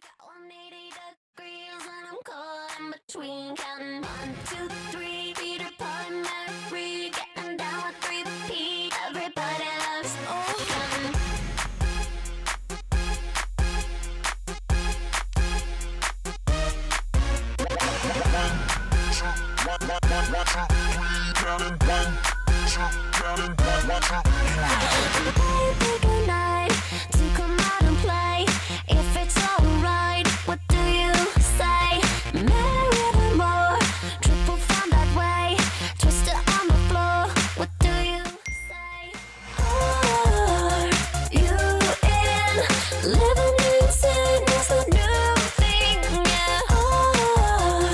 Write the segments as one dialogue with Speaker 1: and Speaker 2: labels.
Speaker 1: 180 degrees and I'm caught in between counting one, two, three. Peter Pan, Mary, getting down with three P. Everybody loves Oakland. Baby, good night. To come out and play, if it's alright, what do you say? Marry more, triple found that way, twist it on the floor. What do you say? Are you in? Living in sin is the new thing. Yeah. Are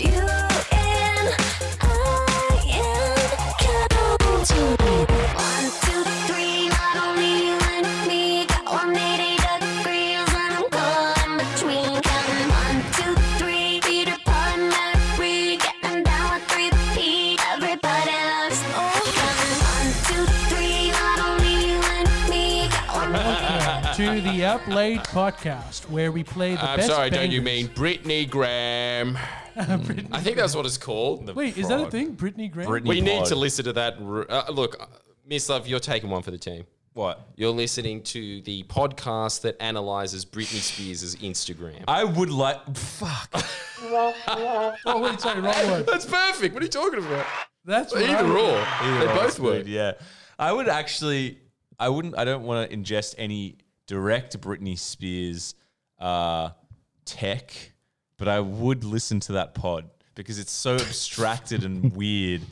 Speaker 1: you in? I am. Count to me. One, two, three, not only you and me got 180 degrees, and I'm caught in between. Counting one, two, three, Peter Pan, Mary, getting down with three P. Everybody loves Oakland. One, two, three, not only you and me got 180
Speaker 2: to the Up Late podcast, where we play the
Speaker 3: I'm
Speaker 2: best.
Speaker 3: sorry, don't you mean
Speaker 2: bangers.
Speaker 3: Britney Graham?
Speaker 2: Britney-
Speaker 3: I think that's what it's called.
Speaker 2: Wait, is that a thing? Brittany Graham?
Speaker 4: Britney
Speaker 3: we need
Speaker 4: Pod.
Speaker 3: to listen to that. r- Uh, look, uh, Miss Love, you're taking one for the team.
Speaker 4: What?
Speaker 3: You're listening to the podcast that analyzes Britney Spears' Instagram.
Speaker 4: I would like. Fuck.
Speaker 2: Oh, wait, sorry, wrong one.
Speaker 3: That's perfect. What are you talking about?
Speaker 2: That's what I
Speaker 3: Either
Speaker 2: would-
Speaker 3: or.
Speaker 4: Either
Speaker 3: they
Speaker 4: or is
Speaker 3: both
Speaker 4: good,
Speaker 3: work.
Speaker 4: Yeah, I would actually. I wouldn't. I don't want to ingest any direct Britney Spears uh, tech, but I would listen to that pod because it's so abstracted and weird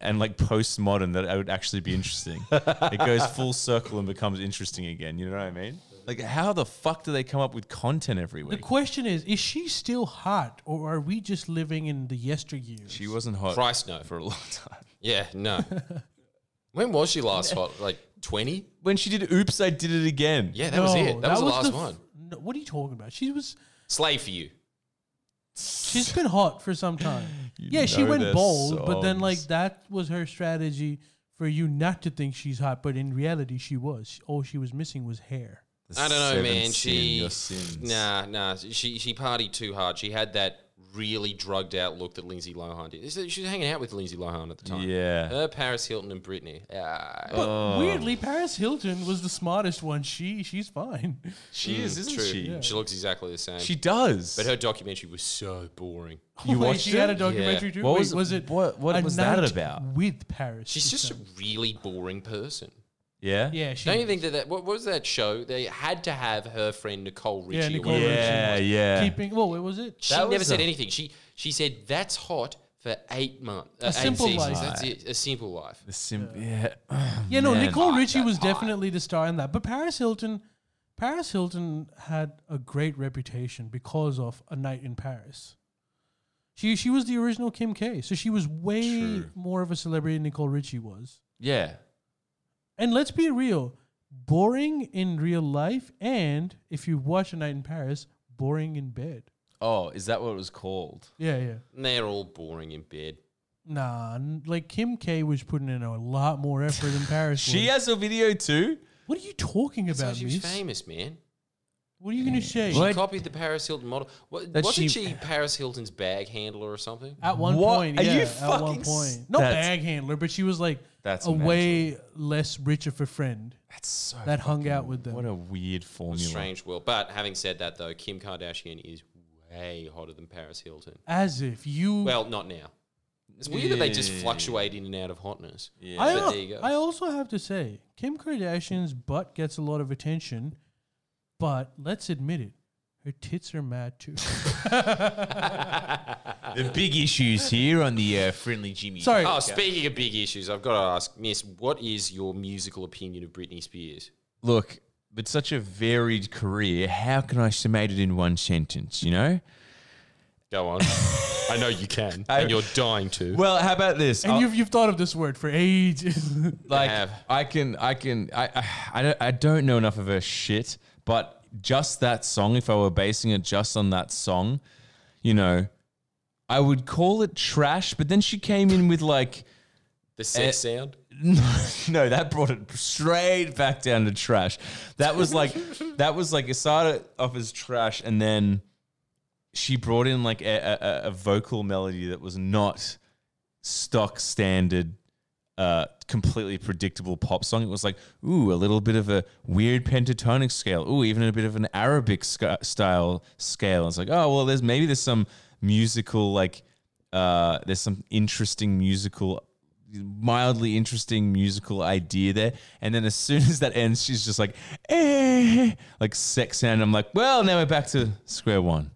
Speaker 4: and like postmodern that it would actually be interesting. it goes full circle and becomes interesting again. You know what I mean? Like, how the fuck do they come up with content every
Speaker 2: The
Speaker 4: week?
Speaker 2: question is, is she still hot, or are we just living in the yesteryears?
Speaker 4: She wasn't hot
Speaker 3: Christ, no.
Speaker 4: for a long time.
Speaker 3: Yeah, no. when was she last hot? Like 20?
Speaker 4: When she did "Oops, I Did It Again,"
Speaker 3: Yeah, that was it. That, was, the last
Speaker 2: f-
Speaker 3: one.
Speaker 2: no, what are you talking about? She was.
Speaker 3: Slave for you.
Speaker 2: She's been hot for some time. yeah, she
Speaker 4: know
Speaker 2: went
Speaker 4: their
Speaker 2: bold, but then
Speaker 4: songs.
Speaker 2: like that was her strategy for you not to think she's hot, but in reality she was. All she was missing was hair.
Speaker 4: The
Speaker 3: I don't know,
Speaker 4: seven
Speaker 3: man.
Speaker 4: sin,
Speaker 3: She
Speaker 4: your sins.
Speaker 3: nah, nah. She she partied too hard. She had that really drugged out look that Lindsay Lohan did. She she was hanging out with Lindsay Lohan at the time.
Speaker 4: Yeah.
Speaker 3: her Paris Hilton and Britney. Ah,
Speaker 2: But
Speaker 4: Um,
Speaker 2: weirdly, Paris Hilton was the smartest one. She she's fine.
Speaker 4: She is, isn't
Speaker 3: true.
Speaker 4: she?
Speaker 3: She looks exactly the same.
Speaker 4: She does.
Speaker 3: but her documentary was so boring.
Speaker 4: you
Speaker 2: Wait,
Speaker 4: watched
Speaker 2: she
Speaker 4: it?
Speaker 2: had a documentary
Speaker 3: Yeah.
Speaker 2: too.
Speaker 4: What
Speaker 2: Wait,
Speaker 4: was-
Speaker 2: was it?
Speaker 4: what- what
Speaker 2: A
Speaker 4: was that
Speaker 2: Night
Speaker 4: about?
Speaker 2: With Paris.
Speaker 3: She's
Speaker 2: she
Speaker 3: just a
Speaker 2: said.
Speaker 3: really boring person.
Speaker 4: yeah.
Speaker 2: yeah. She
Speaker 3: Don't you think that, that what, what was that show? They had to have her friend Nicole Richie.
Speaker 2: Yeah,
Speaker 3: or
Speaker 2: Nicole
Speaker 3: whatever.
Speaker 2: Richie.
Speaker 4: Yeah, yeah.
Speaker 2: keeping? Well, what was it?
Speaker 3: She
Speaker 4: That
Speaker 3: never
Speaker 4: was
Speaker 3: said
Speaker 4: a-
Speaker 3: anything. She she said that's hot for eight months. Uh,
Speaker 2: A Simple
Speaker 3: eight seasons.
Speaker 2: Life.
Speaker 3: That's it. A simple life.
Speaker 4: The sim- yeah.
Speaker 2: Yeah, no,
Speaker 4: Man.
Speaker 2: Nicole
Speaker 3: Hot,
Speaker 2: Richie
Speaker 3: that's
Speaker 2: was
Speaker 3: hot.
Speaker 2: definitely the star in that. But Paris Hilton, Paris Hilton had a great reputation because of A Night in Paris. She she was the original Kim K, so she was way
Speaker 4: True.
Speaker 2: more of a celebrity than Nicole Richie was.
Speaker 4: Yeah.
Speaker 2: And let's be real, boring in real life, and if you watch A Night in Paris, boring in bed.
Speaker 4: Oh, is that what it was called?
Speaker 2: Yeah, yeah.
Speaker 3: And they're all boring in bed.
Speaker 2: Nah, n- like Kim K was putting in a lot more effort than Paris.
Speaker 4: She
Speaker 2: was.
Speaker 4: has a video too.
Speaker 2: What are you talking
Speaker 3: So
Speaker 2: about,
Speaker 3: she was
Speaker 2: Miss?
Speaker 3: famous, man.
Speaker 2: What are you gonna say?
Speaker 3: She
Speaker 4: What?
Speaker 3: copied the Paris Hilton model. What,
Speaker 4: That
Speaker 3: wasn't
Speaker 4: she-
Speaker 3: she, Paris Hilton's bag handler or something?
Speaker 2: At one
Speaker 4: What?
Speaker 2: point,
Speaker 4: Are
Speaker 2: yeah,
Speaker 4: you
Speaker 2: at one
Speaker 4: fucking s-
Speaker 2: point, not
Speaker 4: That's-
Speaker 2: bag handler, but she was like
Speaker 4: That's
Speaker 2: a way less rich of a friend
Speaker 4: That's so.
Speaker 2: that hung out with them.
Speaker 4: What a weird
Speaker 3: A
Speaker 4: formula.
Speaker 3: strange world. But having said that, though, Kim Kardashian is way hotter than Paris Hilton.
Speaker 2: As if you,
Speaker 3: Well, not now. It's weird that they just fluctuate in and out of hotness. Yeah.
Speaker 2: I,
Speaker 3: but there you go.
Speaker 2: I also have to say, Kim Kardashian's butt gets a lot of attention, but let's admit it, her tits are mad too.
Speaker 4: The big issues here on the uh, friendly Jimmy.
Speaker 2: Sorry,
Speaker 3: Oh, speaking of big issues, I've got to ask, Miss, what is your musical opinion of Britney Spears?
Speaker 4: Look, with such a varied career, how can I summate it in one sentence? You know.
Speaker 3: Go on. I know you can,
Speaker 4: I-
Speaker 3: and you're dying to.
Speaker 4: Well, how about this? Oh,
Speaker 2: and
Speaker 4: I'll-
Speaker 2: you've you've thought of this word for ages.
Speaker 4: like
Speaker 3: have.
Speaker 4: I can I can I, I I don't I don't know enough of her shit, but just that song, if I were basing it just on that song, you know, I would call it trash. But then she came in with like,
Speaker 3: the sex sound.
Speaker 4: no, that brought it straight back down to trash. That was like that was like Asada off as trash, and then she brought in like a, a, a vocal melody that was not stock standard, uh, completely predictable pop song. It was like, ooh, a little bit of a weird pentatonic scale. Ooh, even a bit of an Arabic sc- style scale. It's like, oh, well, there's maybe there's some musical, like, uh, there's some interesting musical, mildly interesting musical idea there. And then as soon as that ends, she's just like, eh, like sex sound. I'm like, well, now we're back to square one.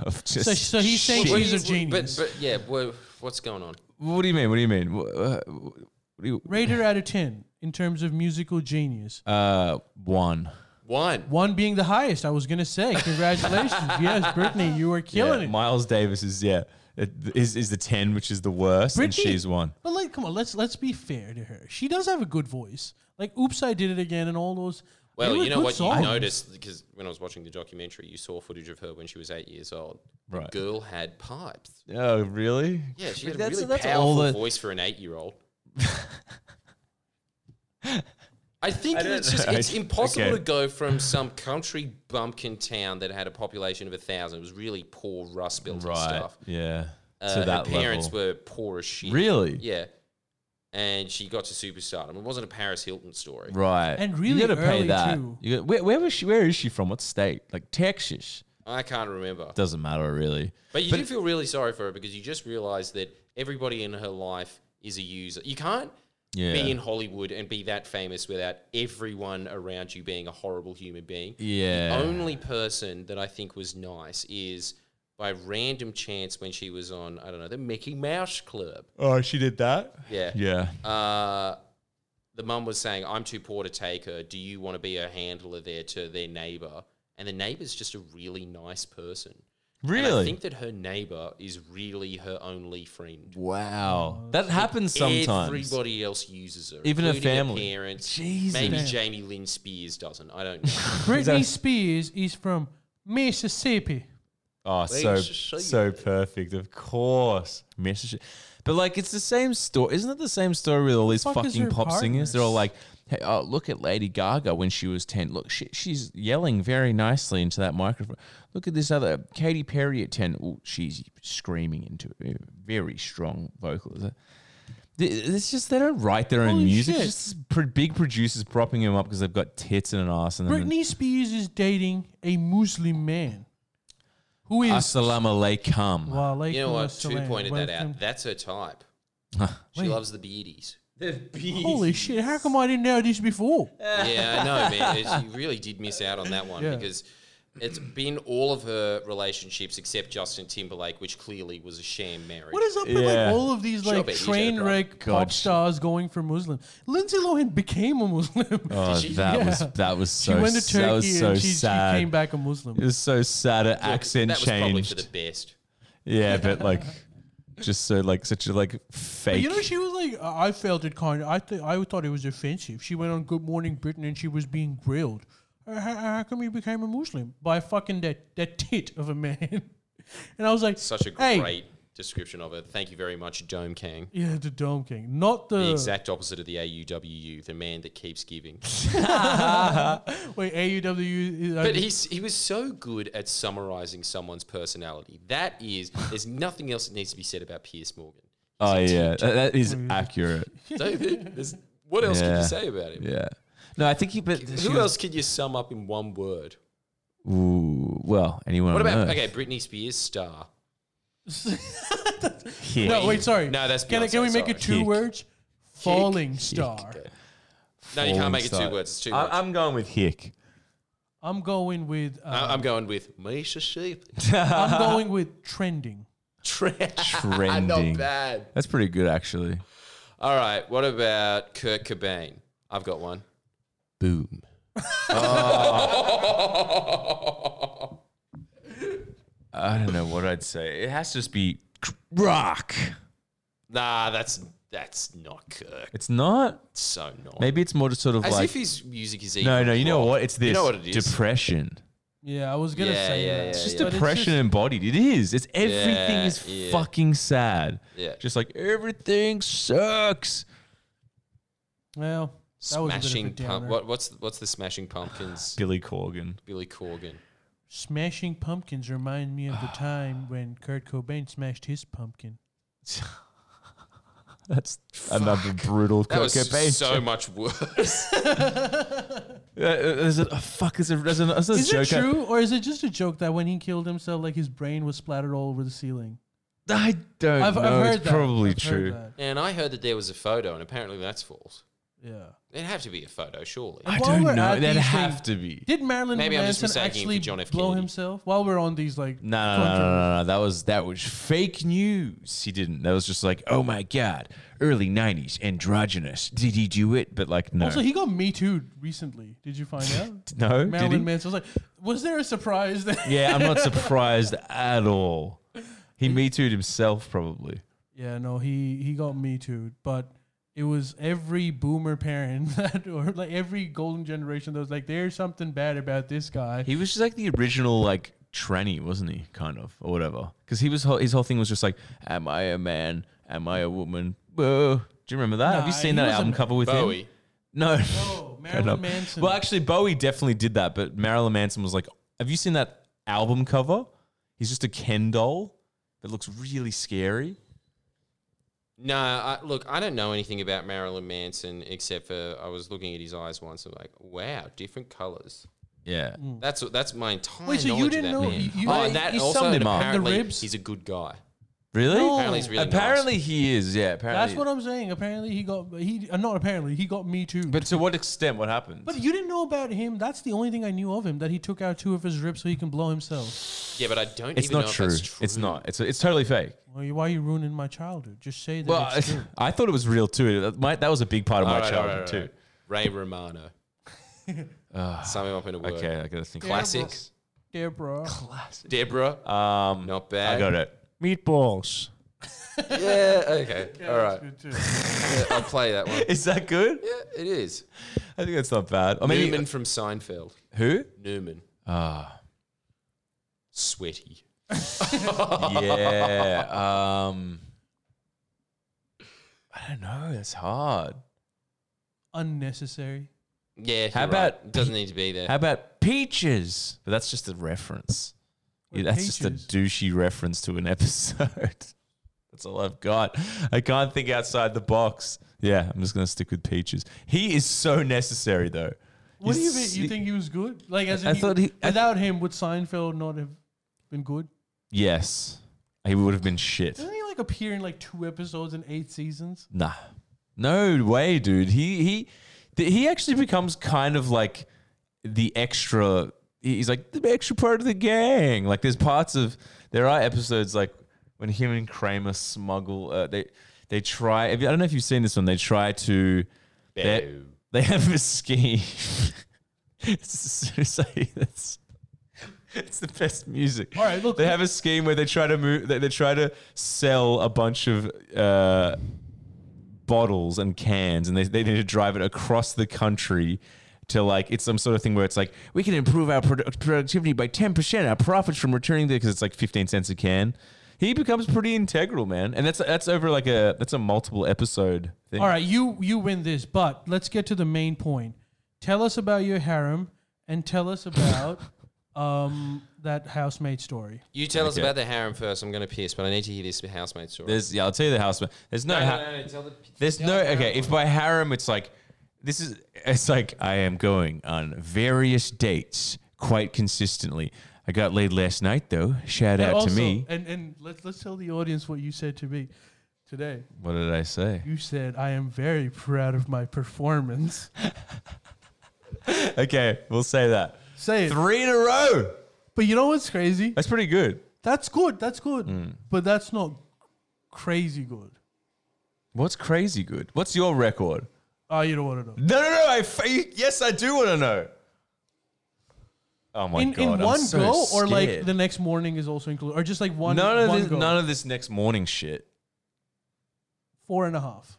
Speaker 4: Of just
Speaker 2: So- so he's saying
Speaker 4: shit.
Speaker 3: Well,
Speaker 2: she's a
Speaker 3: well,
Speaker 2: genius.
Speaker 3: But, but yeah, well, what's going on?
Speaker 4: What do you mean? What do you mean? Wh- uh, What do you,
Speaker 2: Rate her out of 10 in terms of musical genius.
Speaker 4: uh, one.
Speaker 3: One.
Speaker 2: One being the highest, I was going to say. Congratulations. yes, Brittany, you are killing
Speaker 4: Yeah,
Speaker 2: it.
Speaker 4: Miles Davis is yeah it- is is the ten, which is the worst,
Speaker 2: Britney-
Speaker 4: and she's one.
Speaker 2: But like, come on, let's let's be fair to her. She does have a good voice. Like, oops, I did it again, and all those.
Speaker 3: Well,
Speaker 2: they were
Speaker 3: you know
Speaker 2: good
Speaker 3: what
Speaker 2: songs.
Speaker 3: you noticed because when I was watching the documentary, you saw footage of her when she was eight years old.
Speaker 4: Right.
Speaker 3: The girl had pipes.
Speaker 4: Oh really?
Speaker 3: Yeah, she
Speaker 4: But
Speaker 3: had a
Speaker 4: that's-
Speaker 3: really
Speaker 4: that's all
Speaker 3: powerful
Speaker 4: the-
Speaker 3: voice for an eight-year-old. I think
Speaker 4: I
Speaker 3: that it's
Speaker 4: don't
Speaker 3: just
Speaker 4: know.
Speaker 3: it's impossible
Speaker 4: Okay.
Speaker 3: to go from some country bumpkin town that had a population of a thousand. It was really poor rust belt
Speaker 4: Right.
Speaker 3: and stuff.
Speaker 4: Yeah.
Speaker 3: Uh,
Speaker 4: to that
Speaker 3: her parents
Speaker 4: level.
Speaker 3: were poor as shit.
Speaker 4: Really?
Speaker 3: Yeah. And she got to superstardom. It wasn't a Paris Hilton story.
Speaker 4: Right.
Speaker 2: And really
Speaker 4: you gotta pay
Speaker 2: early,
Speaker 4: that.
Speaker 2: too.
Speaker 4: You got, where, where was she? Where is she from? What state? Like Texas?
Speaker 3: I can't remember.
Speaker 4: Doesn't matter really.
Speaker 3: But you do feel really sorry for her because you just realize that everybody in her life is a user. You can't
Speaker 4: Yeah.
Speaker 3: be in Hollywood and be that famous without everyone around you being a horrible human being.
Speaker 4: yeah.
Speaker 3: The only person that I think was nice is by random chance when she was on, I don't know, the Mickey Mouse Club.
Speaker 4: oh, she did that.
Speaker 3: Yeah.
Speaker 4: Yeah.
Speaker 3: Uh, the mum was saying, I'm too poor to take her. Do you want to be a handler there to their neighbor? And the neighbor's just a really nice person. And I
Speaker 4: Really?
Speaker 3: think that her neighbor is really her only friend.
Speaker 4: wow. That happens sometimes.
Speaker 3: Everybody else uses her,
Speaker 4: Even her
Speaker 3: including
Speaker 4: family.
Speaker 3: parents.
Speaker 4: Jesus.
Speaker 3: Maybe
Speaker 4: Damn.
Speaker 3: Jamie Lynn Spears doesn't. I don't know.
Speaker 2: Britney Spears is from Mississippi.
Speaker 4: Oh, so
Speaker 3: Mississippi.
Speaker 4: so perfect. Of course, Mississippi. But like, it's the same story, isn't it? The same story with all these
Speaker 2: fuck is
Speaker 4: fucking
Speaker 2: her
Speaker 4: pop singers. They're all
Speaker 2: partners?
Speaker 4: like, "Hey, oh, look at Lady Gaga when she was ten. Look, she, she's yelling very nicely into that microphone. Look at this other Katy Perry at ten. Ooh, she's screaming into it. Very strong vocals. Th- It's just they don't write their own
Speaker 2: Holy
Speaker 4: music.
Speaker 2: shit.
Speaker 4: It's just pro- big producers propping them up because they've got tits and an ass. And then
Speaker 2: Britney Spears is dating a Muslim man, who is
Speaker 4: Assalamu alaikum.
Speaker 2: Walaikum
Speaker 3: you know what? Two
Speaker 2: assalam.
Speaker 3: pointed that
Speaker 2: Welcome-
Speaker 3: out. That's her type. she
Speaker 2: Wait.
Speaker 3: loves the beardies. The beardies.
Speaker 2: Holy shit! How come I didn't know this before?
Speaker 3: yeah, I know, man. It's- you really did miss out on that one
Speaker 2: Yeah.
Speaker 3: because it's been all of her relationships except Justin Timberlake, which clearly was a sham marriage.
Speaker 2: What is up with like
Speaker 4: Yeah.
Speaker 2: all of these
Speaker 3: Sure,
Speaker 2: like
Speaker 3: baby, you
Speaker 2: train
Speaker 3: said it
Speaker 2: wreck
Speaker 4: God,
Speaker 2: pop
Speaker 4: she-
Speaker 2: stars going for Muslim? Lindsay Lohan became a Muslim.
Speaker 4: Oh, that
Speaker 2: Yeah.
Speaker 4: was that was
Speaker 2: she
Speaker 4: so
Speaker 2: went to
Speaker 4: that
Speaker 2: Turkey
Speaker 4: was so
Speaker 2: and she, she
Speaker 4: sad.
Speaker 2: came back a Muslim.
Speaker 4: It was so sad. Her accent
Speaker 3: that was probably
Speaker 4: changed.
Speaker 3: for the best.
Speaker 4: yeah, but like, just so like such a like fake.
Speaker 2: You know, she was like, uh, I felt it kind of. I th- I thought it was offensive. She went on Good Morning Britain and she was being grilled. Uh, How, how come you became a Muslim by fucking that that tit of a man? And I was like,
Speaker 3: Such a
Speaker 2: hey.
Speaker 3: great description of it. Thank you very much, Dome Kang.
Speaker 2: Yeah, the Dome King, not the,
Speaker 3: The exact opposite of the AUWU, the man that keeps giving.
Speaker 2: wait AUW. uh,
Speaker 3: But he's, he was so good at summarizing someone's personality. That is, there's nothing else that needs to be said about Pierce Morgan.
Speaker 4: oh yeah, that, that is
Speaker 2: Oh,
Speaker 4: accurate.
Speaker 3: David, there's, what else can
Speaker 4: Yeah.
Speaker 3: you say about him?
Speaker 4: Yeah. No, I think he. But she
Speaker 3: Who
Speaker 4: was-
Speaker 3: else could you sum up in one word?
Speaker 4: Ooh, well, anyone.
Speaker 3: What
Speaker 4: on
Speaker 3: about
Speaker 4: Earth.
Speaker 3: okay? Britney Spears star.
Speaker 4: Here.
Speaker 2: no, wait, sorry.
Speaker 3: No, that's
Speaker 2: can I, can
Speaker 3: Beyonce,
Speaker 2: we make
Speaker 3: sorry.
Speaker 2: it two
Speaker 4: Kick.
Speaker 2: words? Falling star.
Speaker 3: No, you can't make it
Speaker 4: Falling
Speaker 3: two words. It's two
Speaker 4: I-
Speaker 3: words.
Speaker 4: I'm going with Hick.
Speaker 2: I'm going with. Uh,
Speaker 3: I- I'm going with Mississippi.
Speaker 2: I'm going with trending.
Speaker 4: Trending.
Speaker 3: Not bad.
Speaker 4: That's pretty good, actually.
Speaker 3: All right. What about Kurt Cobain? I've got one. Boom.
Speaker 4: I don't know what I'd say. It has to just be rock.
Speaker 3: Nah, that's that's not Kirk.
Speaker 4: It's not.
Speaker 3: It's so not.
Speaker 4: Maybe it's more just sort of
Speaker 3: As
Speaker 4: like.
Speaker 3: if his music is
Speaker 4: no,
Speaker 3: even
Speaker 4: no. You know
Speaker 3: rock.
Speaker 4: what? It's this.
Speaker 3: You know what it is.
Speaker 4: Depression.
Speaker 2: Yeah, I was gonna
Speaker 3: Yeah,
Speaker 2: say
Speaker 3: yeah,
Speaker 2: that.
Speaker 3: yeah, It's
Speaker 4: It's just
Speaker 2: But
Speaker 4: depression embodied. It is. It's everything
Speaker 3: Yeah,
Speaker 4: is
Speaker 3: yeah.
Speaker 4: fucking sad.
Speaker 3: Yeah.
Speaker 4: Just like everything sucks.
Speaker 2: well, that was a bit of a
Speaker 3: smashing
Speaker 2: downer.
Speaker 3: pump. What, what's what's the Smashing Pumpkins?
Speaker 4: Billy Corgan.
Speaker 3: Billy Corgan.
Speaker 2: Smashing pumpkins remind me of the time when Kurt Cobain smashed his pumpkin.
Speaker 4: That's another brutal
Speaker 3: That was
Speaker 4: Cobain
Speaker 3: so
Speaker 4: joke.
Speaker 3: much worse.
Speaker 4: Uh, uh, there's a oh, fuck. There's a, there's a, there's a
Speaker 2: Is
Speaker 4: joke.
Speaker 2: it true, or is it just a joke that when he killed himself, like his brain was splattered all over the ceiling?
Speaker 4: I don't
Speaker 2: I've,
Speaker 4: know.
Speaker 2: I've heard
Speaker 4: Uh, it's
Speaker 2: that.
Speaker 4: probably
Speaker 2: I've heard
Speaker 4: true.
Speaker 2: that.
Speaker 3: and I heard that there was a photo, and apparently that's false.
Speaker 2: Yeah.
Speaker 3: It'd have to be a photo, surely.
Speaker 4: I
Speaker 2: While
Speaker 4: don't
Speaker 2: we're
Speaker 4: know.
Speaker 2: at
Speaker 4: That'd
Speaker 2: these
Speaker 4: have
Speaker 2: things-
Speaker 4: to be.
Speaker 2: Did Marilyn
Speaker 3: Maybe I'm just
Speaker 2: Manson
Speaker 3: mistaking it for
Speaker 2: actually
Speaker 3: John F.
Speaker 2: blow
Speaker 3: Kennedy.
Speaker 2: himself? While we're on these like
Speaker 4: No, no, no, no, no, no. That was that was fake news. He didn't. That was just like, oh my god, early '90s, androgynous. Did he do it? But like, no,
Speaker 2: Also, he got Me Too recently. Did you find out?
Speaker 4: no, did he?
Speaker 2: Marilyn Manson was like, was there a surprise? That
Speaker 4: yeah, I'm not surprised at all. He me too'd himself probably.
Speaker 2: yeah, no, he he got Me Too, but it was every boomer parent that, or like every golden generation that was like, there's something bad about this guy.
Speaker 4: He was just like the original like tranny, wasn't he? Kind of or whatever. Because he was whole, his whole thing was just like, am I a man? Am I a woman? Whoa. Do you remember that? Have you
Speaker 2: Nah,
Speaker 4: seen
Speaker 2: he
Speaker 4: that
Speaker 2: was a
Speaker 4: album
Speaker 2: man.
Speaker 4: cover with him?
Speaker 3: Bowie.
Speaker 4: No.
Speaker 2: oh,
Speaker 4: Fair
Speaker 2: Marilyn
Speaker 4: enough.
Speaker 2: Manson.
Speaker 4: Well, actually, Bowie definitely did that, but Marilyn Manson was like, "Have you seen that album cover? He's just a Ken doll that looks really scary."
Speaker 3: No, I, look, I don't know anything about Marilyn Manson except for I was looking at his eyes once and like, wow, different colors.
Speaker 4: Yeah,
Speaker 3: That's that's my entire
Speaker 2: Wait, so you
Speaker 3: knowledge of
Speaker 2: didn't
Speaker 3: that
Speaker 2: know-
Speaker 3: man.
Speaker 2: you- you-
Speaker 3: oh,
Speaker 2: I-
Speaker 3: and that
Speaker 4: you
Speaker 3: also
Speaker 4: summed
Speaker 3: and
Speaker 4: him up. The
Speaker 3: apparently
Speaker 2: ribs?
Speaker 3: he's a good guy.
Speaker 4: really?
Speaker 2: No.
Speaker 3: Apparently he's really
Speaker 4: apparently he is. Yeah, apparently.
Speaker 2: That's what I'm saying. Apparently, he got he uh, not apparently he got Me Too.
Speaker 4: but to what extent? What happened?
Speaker 2: But you didn't know about him. That's the only thing I knew of him. That he took out two of his ribs so he can blow himself.
Speaker 3: nice. Yeah, but I don't.
Speaker 4: it's
Speaker 3: even
Speaker 4: not
Speaker 3: know
Speaker 4: true.
Speaker 3: If that's true.
Speaker 4: It's not. It's it's totally fake.
Speaker 2: Why why are you ruining my childhood? Just say that.
Speaker 4: Well,
Speaker 2: it's true.
Speaker 4: I, I thought it was real too. That, my, that was a big part of
Speaker 3: All
Speaker 4: my
Speaker 3: right, all
Speaker 4: childhood
Speaker 3: right, all right.
Speaker 4: too. Ah,
Speaker 3: Ray Romano. Sum him up in a word.
Speaker 4: Okay, I gotta think.
Speaker 3: Classic.
Speaker 2: Yeah, bro.
Speaker 3: Deborah.
Speaker 4: Um,
Speaker 3: not bad.
Speaker 4: I got it.
Speaker 5: Meatballs.
Speaker 3: Yeah. Okay. all right.
Speaker 2: too.
Speaker 3: Yeah, I'll play that one.
Speaker 4: Is that good?
Speaker 3: Yeah, it is.
Speaker 4: I think that's not bad. I mean,
Speaker 3: Newman from Seinfeld.
Speaker 4: who?
Speaker 3: Newman.
Speaker 4: Ah.
Speaker 3: Sweaty.
Speaker 4: yeah. Um, I don't know. That's hard.
Speaker 2: Unnecessary.
Speaker 3: Yeah.
Speaker 4: How
Speaker 3: you're right.
Speaker 4: about-
Speaker 3: It doesn't need to be there.
Speaker 4: How about peaches? But that's just a reference. Yeah,
Speaker 2: Wait,
Speaker 4: that's just a
Speaker 2: peaches?
Speaker 4: douchey reference to an episode. that's all I've got. I can't think outside the box. Yeah, I'm just gonna stick with peaches. He is so necessary though.
Speaker 2: What do you
Speaker 4: He's-
Speaker 2: think? You think he was good? Like as
Speaker 4: I
Speaker 2: if he,
Speaker 4: thought he- I-
Speaker 2: without him, would Seinfeld not have been good?
Speaker 4: Yes, he would have been shit.
Speaker 2: Doesn't he like appear in like two episodes in eight seasons?
Speaker 4: Nah, no way, dude. He he th- he actually becomes kind of like the extra. he- He's like the extra part of the gang. Like there's parts of there are episodes like when him and Kramer smuggle. Uh, they they try. I don't know if you've seen this one. They try to. They,
Speaker 3: Boo.
Speaker 4: they have a scheme. it's, so- it's, it's the best music.
Speaker 2: All right, look.
Speaker 4: They have a scheme where they try to move. They, they try to sell a bunch of uh, bottles and cans, and they, they need to drive it across the country to like it's some sort of thing where it's like we can improve our produ- productivity by ten percent, our profits from returning there because it's like fifteen cents a can. He becomes pretty integral, man, and that's that's over like a that's a multiple episode thing.
Speaker 2: All right, you you win this, but let's get to the main point. Tell us about your harem and tell us about um that housemaid story.
Speaker 3: You tell us
Speaker 4: Okay.
Speaker 3: about the harem first. I'm going to piss, but I need to hear this housemate story.
Speaker 4: There's yeah, I'll tell you the house. There's no, ha-
Speaker 3: tell the,
Speaker 4: There's no okay. If by harem, it's like this is. It's like I am going on various dates quite consistently. I got laid last night though. Shout out
Speaker 2: also,
Speaker 4: to me.
Speaker 2: And and let's let's tell the audience what you said to me today.
Speaker 4: What did I say?
Speaker 2: You said I am very proud of my performance.
Speaker 4: Okay, we'll say that
Speaker 2: Say it.
Speaker 4: three in a row.
Speaker 2: But you know what's crazy?
Speaker 4: That's pretty good.
Speaker 2: That's good. That's good.
Speaker 4: Mm.
Speaker 2: But that's not crazy good.
Speaker 4: What's crazy good? What's your record?
Speaker 2: Oh, you don't want to know.
Speaker 4: No, no, no. I f- yes, I do want to know. Oh my
Speaker 2: In,
Speaker 4: god!
Speaker 2: in
Speaker 4: I'm
Speaker 2: one
Speaker 4: so
Speaker 2: go, or like
Speaker 4: scared.
Speaker 2: the next morning is also included, or just like one.
Speaker 4: none of
Speaker 2: one
Speaker 4: this,
Speaker 2: go.
Speaker 4: none of this next morning shit.
Speaker 2: Four and a half.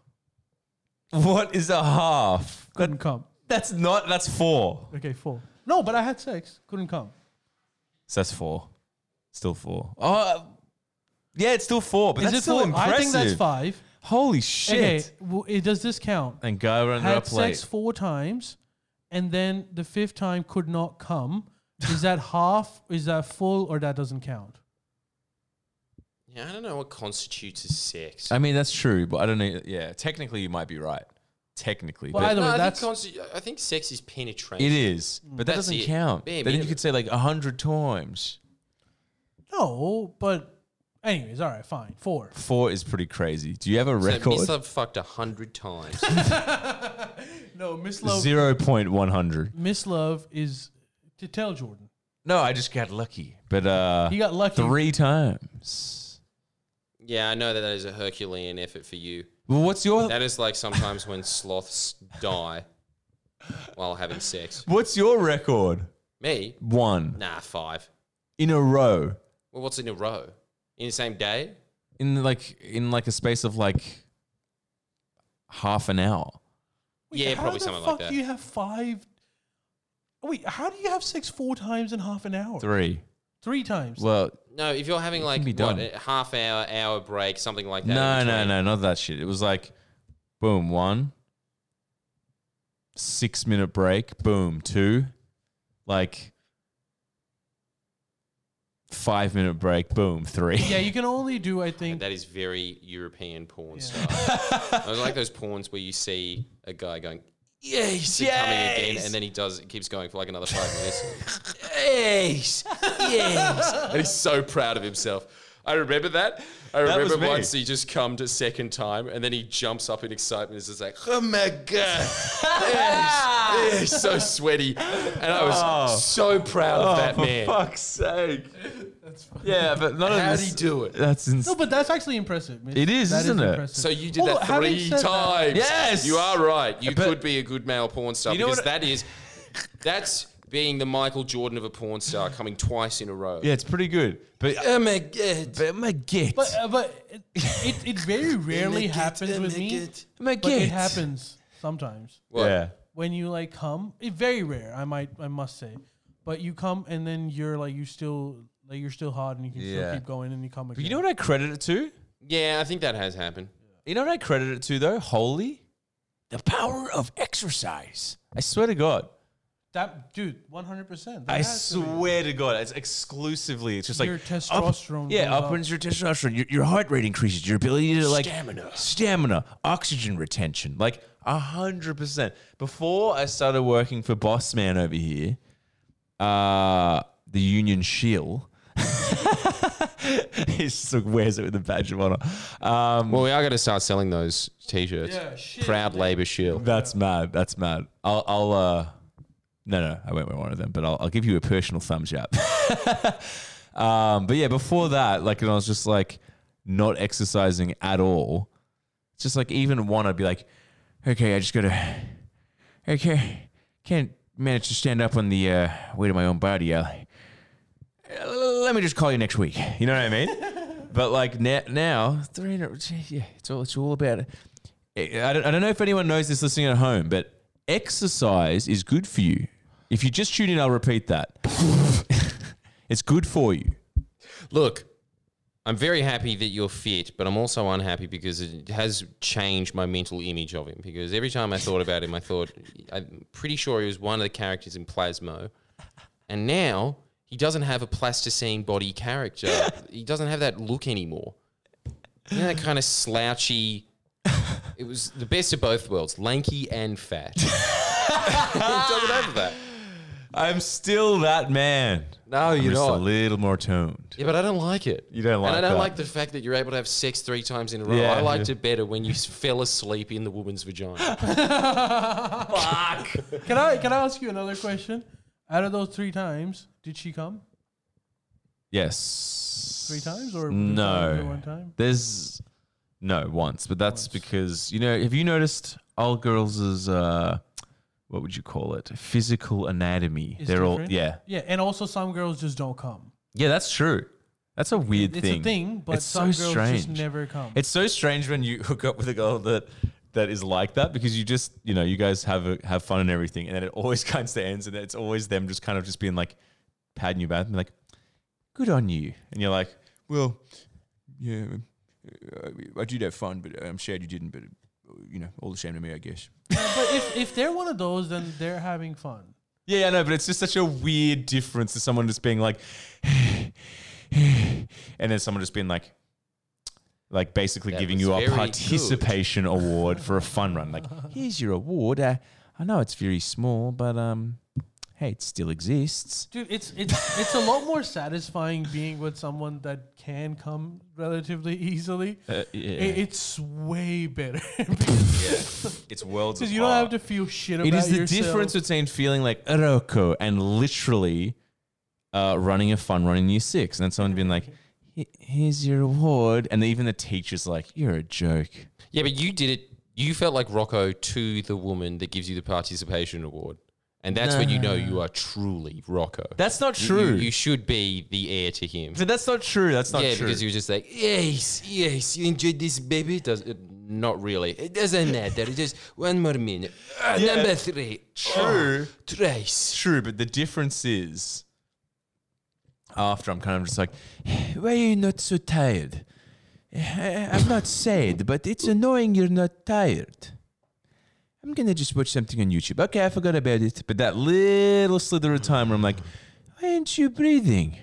Speaker 4: What is a half?
Speaker 2: Couldn't come.
Speaker 4: That's not. That's four.
Speaker 2: Okay, four. No, but I had sex. Couldn't come.
Speaker 4: So that's four. Still four. Oh, uh, yeah, it's still four, but
Speaker 2: Is
Speaker 4: that's
Speaker 2: it
Speaker 4: still
Speaker 2: four?
Speaker 4: impressive.
Speaker 2: I think that's five.
Speaker 4: Holy shit.
Speaker 2: Okay, well, it, does this count?
Speaker 4: And go under a
Speaker 2: had
Speaker 4: plate.
Speaker 2: sex four times, and then the fifth time could not come, Is that half? Is that full? Or that doesn't count?
Speaker 3: Yeah, I don't know what constitutes as sex.
Speaker 4: I mean, that's true, but I don't know. Yeah, technically, you might be right. Technically,
Speaker 2: Well,
Speaker 4: but
Speaker 2: either
Speaker 3: No,
Speaker 2: way,
Speaker 3: I,
Speaker 2: that's
Speaker 3: think consti- I think sex is penetration.
Speaker 4: it is, but that
Speaker 3: That's
Speaker 4: doesn't
Speaker 3: it.
Speaker 4: count.
Speaker 3: Bare
Speaker 4: then you
Speaker 3: minimum.
Speaker 4: could say like a hundred times.
Speaker 2: no. But anyways, all right, fine. Four.
Speaker 4: Four is pretty crazy. Do you have a
Speaker 3: So
Speaker 4: record?
Speaker 3: Miss Love fucked a hundred times.
Speaker 2: No, Miss Love.
Speaker 4: Zero point one hundred.
Speaker 2: Miss Love is to tell Jordan.
Speaker 4: No, I just got lucky, but uh,
Speaker 2: He got lucky.
Speaker 4: three times.
Speaker 3: yeah, I know that that is a Herculean effort for you.
Speaker 4: Well, what's your
Speaker 3: That is like sometimes when sloths die while having sex.
Speaker 4: what's your record?
Speaker 3: Me?
Speaker 4: One
Speaker 3: Nah, five.
Speaker 4: in a row
Speaker 3: Well, what's in a row? In the same day?
Speaker 4: in like in like a space of like half an hour.
Speaker 3: yeah,
Speaker 2: how
Speaker 3: probably
Speaker 2: the
Speaker 3: something
Speaker 2: fuck
Speaker 3: like that.
Speaker 2: Do you have five? Wait, how do you have sex four times in half an hour? Three,
Speaker 4: Three.
Speaker 2: times.
Speaker 4: Well,
Speaker 3: No, if you're having like
Speaker 4: be
Speaker 3: what,
Speaker 4: done.
Speaker 3: a half hour, hour break, something like that.
Speaker 4: no,
Speaker 3: in
Speaker 4: no,
Speaker 3: between.
Speaker 4: no, not that shit. It was like, boom, one, six minute break, boom, two, like five minute break, boom, three.
Speaker 2: yeah, you can only do. I think.
Speaker 3: That is very European porn stuff. I was like those porns where you see a guy going, yes, yes. coming again, and then he does, keeps going for like another five minutes. yes, yes. And he's so proud of himself. I remember that. I
Speaker 4: That was
Speaker 3: remember
Speaker 4: me.
Speaker 3: once he just come to second time, and then he jumps up in excitement. It's just like, oh my god, yes, yes, so sweaty, and I was
Speaker 4: Ah. Oh.
Speaker 3: so proud of that
Speaker 4: for
Speaker 3: man.
Speaker 4: fuck's sake. yeah, but none
Speaker 3: How
Speaker 4: of
Speaker 3: did
Speaker 4: this.
Speaker 3: he do it?
Speaker 4: That's
Speaker 2: No,
Speaker 4: insane.
Speaker 2: but that's actually impressive. Mitch.
Speaker 4: It is,
Speaker 2: That
Speaker 4: isn't it?
Speaker 2: impressive.
Speaker 3: So you did
Speaker 2: Well,
Speaker 3: that
Speaker 2: having
Speaker 3: three
Speaker 2: said that-
Speaker 3: times.
Speaker 4: Yes!
Speaker 3: you are right. You
Speaker 4: But-
Speaker 3: could be a good male porn star
Speaker 4: You know
Speaker 3: because
Speaker 4: what-
Speaker 3: that is that's being the Michael Jordan of a porn star coming twice in a row.
Speaker 4: yeah, it's pretty good. But,
Speaker 3: Oh my god.
Speaker 4: but my get.
Speaker 2: But uh, but it, it, it very rarely
Speaker 3: Make it,
Speaker 2: happens with
Speaker 3: make
Speaker 2: me.
Speaker 3: it.
Speaker 4: my
Speaker 2: But it happens sometimes
Speaker 3: What?
Speaker 4: Yeah.
Speaker 2: when you like come. It's very rare. I might I must say, but you come and then you're like you still like you're still hot and you can still
Speaker 4: Yeah.
Speaker 2: keep going and you come again.
Speaker 4: But you know what I credit it to?
Speaker 3: Yeah, I think that has happened.
Speaker 4: You know what I credit it to, though? Holy? The power of exercise. I swear to God.
Speaker 2: that dude, one hundred percent.
Speaker 4: I swear to God, it's exclusively. It's just like
Speaker 2: Your
Speaker 4: up-
Speaker 2: testosterone
Speaker 4: yeah,
Speaker 2: goes up.
Speaker 4: upwards your testosterone. Your, your heart rate increases. Your ability to like
Speaker 3: Stamina.
Speaker 4: stamina, oxygen retention, like hundred percent. Before I started working for Boss Man over here, uh, the Union Shield. he just like, wears it with a badge of honor. Um,
Speaker 3: Well, we are going to start selling those t-shirts.
Speaker 2: Yeah, shit,
Speaker 3: Proud Labor Shield.
Speaker 4: that's mad. That's mad. I'll, I'll, uh, no, no, I won't wear one of them, but I'll, I'll give you a personal thumbs up. um, but yeah, before that, like, and I was just like not exercising at all. Just like even one, I'd be like, okay, I just gotta, okay, can't manage to stand up on the uh, weight of my own body. Uh, let me just call you next week. You know what I mean? but like now, now three, hundred- yeah, it's all, it's all about it. I don't, I don't know if anyone knows this listening at home, but exercise is good for you. If you just tune in, I'll repeat that. it's good for you.
Speaker 3: Look, I'm very happy that you're fit, but I'm also unhappy because it has changed my mental image of him. Because every time I thought about him, I thought, I'm pretty sure he was one of the characters in Plasmo. And now he doesn't have a plasticine body character. he doesn't have that look anymore. You know, that kind of slouchy. It was the best of both worlds, lanky and fat. he doesn't have that.
Speaker 4: I'm still that man.
Speaker 3: No,
Speaker 4: I'm
Speaker 3: you're
Speaker 4: just a
Speaker 3: not.
Speaker 4: little more toned.
Speaker 3: Yeah, but I don't like it.
Speaker 4: You don't like
Speaker 3: And I don't
Speaker 4: that.
Speaker 3: like the fact that you're able to have sex three times in a row.
Speaker 4: Yeah,
Speaker 3: I liked
Speaker 4: yeah.
Speaker 3: it better when you s- fell asleep in the woman's vagina.
Speaker 2: Can I can I ask you another question? Out of those three times, did she come?
Speaker 4: Yes.
Speaker 2: Three times or
Speaker 4: no?
Speaker 2: one time?
Speaker 4: There's no once, but that's because you know. Have you noticed all girls' uh, what would you call it? Physical anatomy.
Speaker 2: Is
Speaker 4: They're all
Speaker 2: different?
Speaker 4: yeah,
Speaker 2: Yeah, and also some girls just don't come.
Speaker 4: yeah. That's true. That's a weird
Speaker 2: It's
Speaker 4: thing.
Speaker 2: a thing, but
Speaker 4: It's
Speaker 2: some
Speaker 4: so
Speaker 2: girls
Speaker 4: strange.
Speaker 2: just never come.
Speaker 4: It's so strange when you hook up with a girl that that is like that because you just you know you guys have a, have fun and everything, and then it always kind of ends, and it's always them just kind of just being like patting you back and like, "Good on you," and you're like, "Well, yeah, I, I did have fun, but I'm sad you didn't, but you know, all the shame to me, I guess."
Speaker 2: but if, if they're one of those, then they're having fun.
Speaker 4: Yeah, I know, but it's just such a weird difference to someone just being like, and then someone just being like, like basically
Speaker 3: That
Speaker 4: giving
Speaker 3: was
Speaker 4: you a
Speaker 3: very
Speaker 4: participation award for a fun run. Like, here's your award. Uh, I know it's very small, but um, hey, it still exists.
Speaker 2: Dude, it's it's it's a lot more satisfying being with someone that can come relatively easily.
Speaker 4: Uh, yeah.
Speaker 2: I- it's way better
Speaker 4: It's worlds
Speaker 2: because you don't have to feel shit about
Speaker 4: It is the
Speaker 2: yourself.
Speaker 4: difference between feeling like Iroko and literally uh, running a fun run in year six. And then someone being like, "He- here's your award. And even the teacher's like, you're a joke.
Speaker 3: Yeah, but you did it. You felt like Rocco to the woman that gives you the participation award. And that's when you know you are truly Rocco.
Speaker 4: That's not
Speaker 3: You-
Speaker 4: true.
Speaker 3: You, you should be the heir to him.
Speaker 4: but that's not true. That's not
Speaker 3: yeah,
Speaker 4: true.
Speaker 3: because you were just like, yes, yes, you enjoyed this, baby. Does it, not really. It doesn't matter. It's just one more minute. Ah,
Speaker 4: Yeah.
Speaker 3: Number three.
Speaker 4: True.
Speaker 3: Oh, trace.
Speaker 4: true. But the difference is after I'm kind of just like, why are you not so tired? I- I'm not sad, but it's annoying you're not tired. I'm gonna just watch something on YouTube. Okay, I forgot about it. But that little slither of time where I'm like, why aren't you breathing?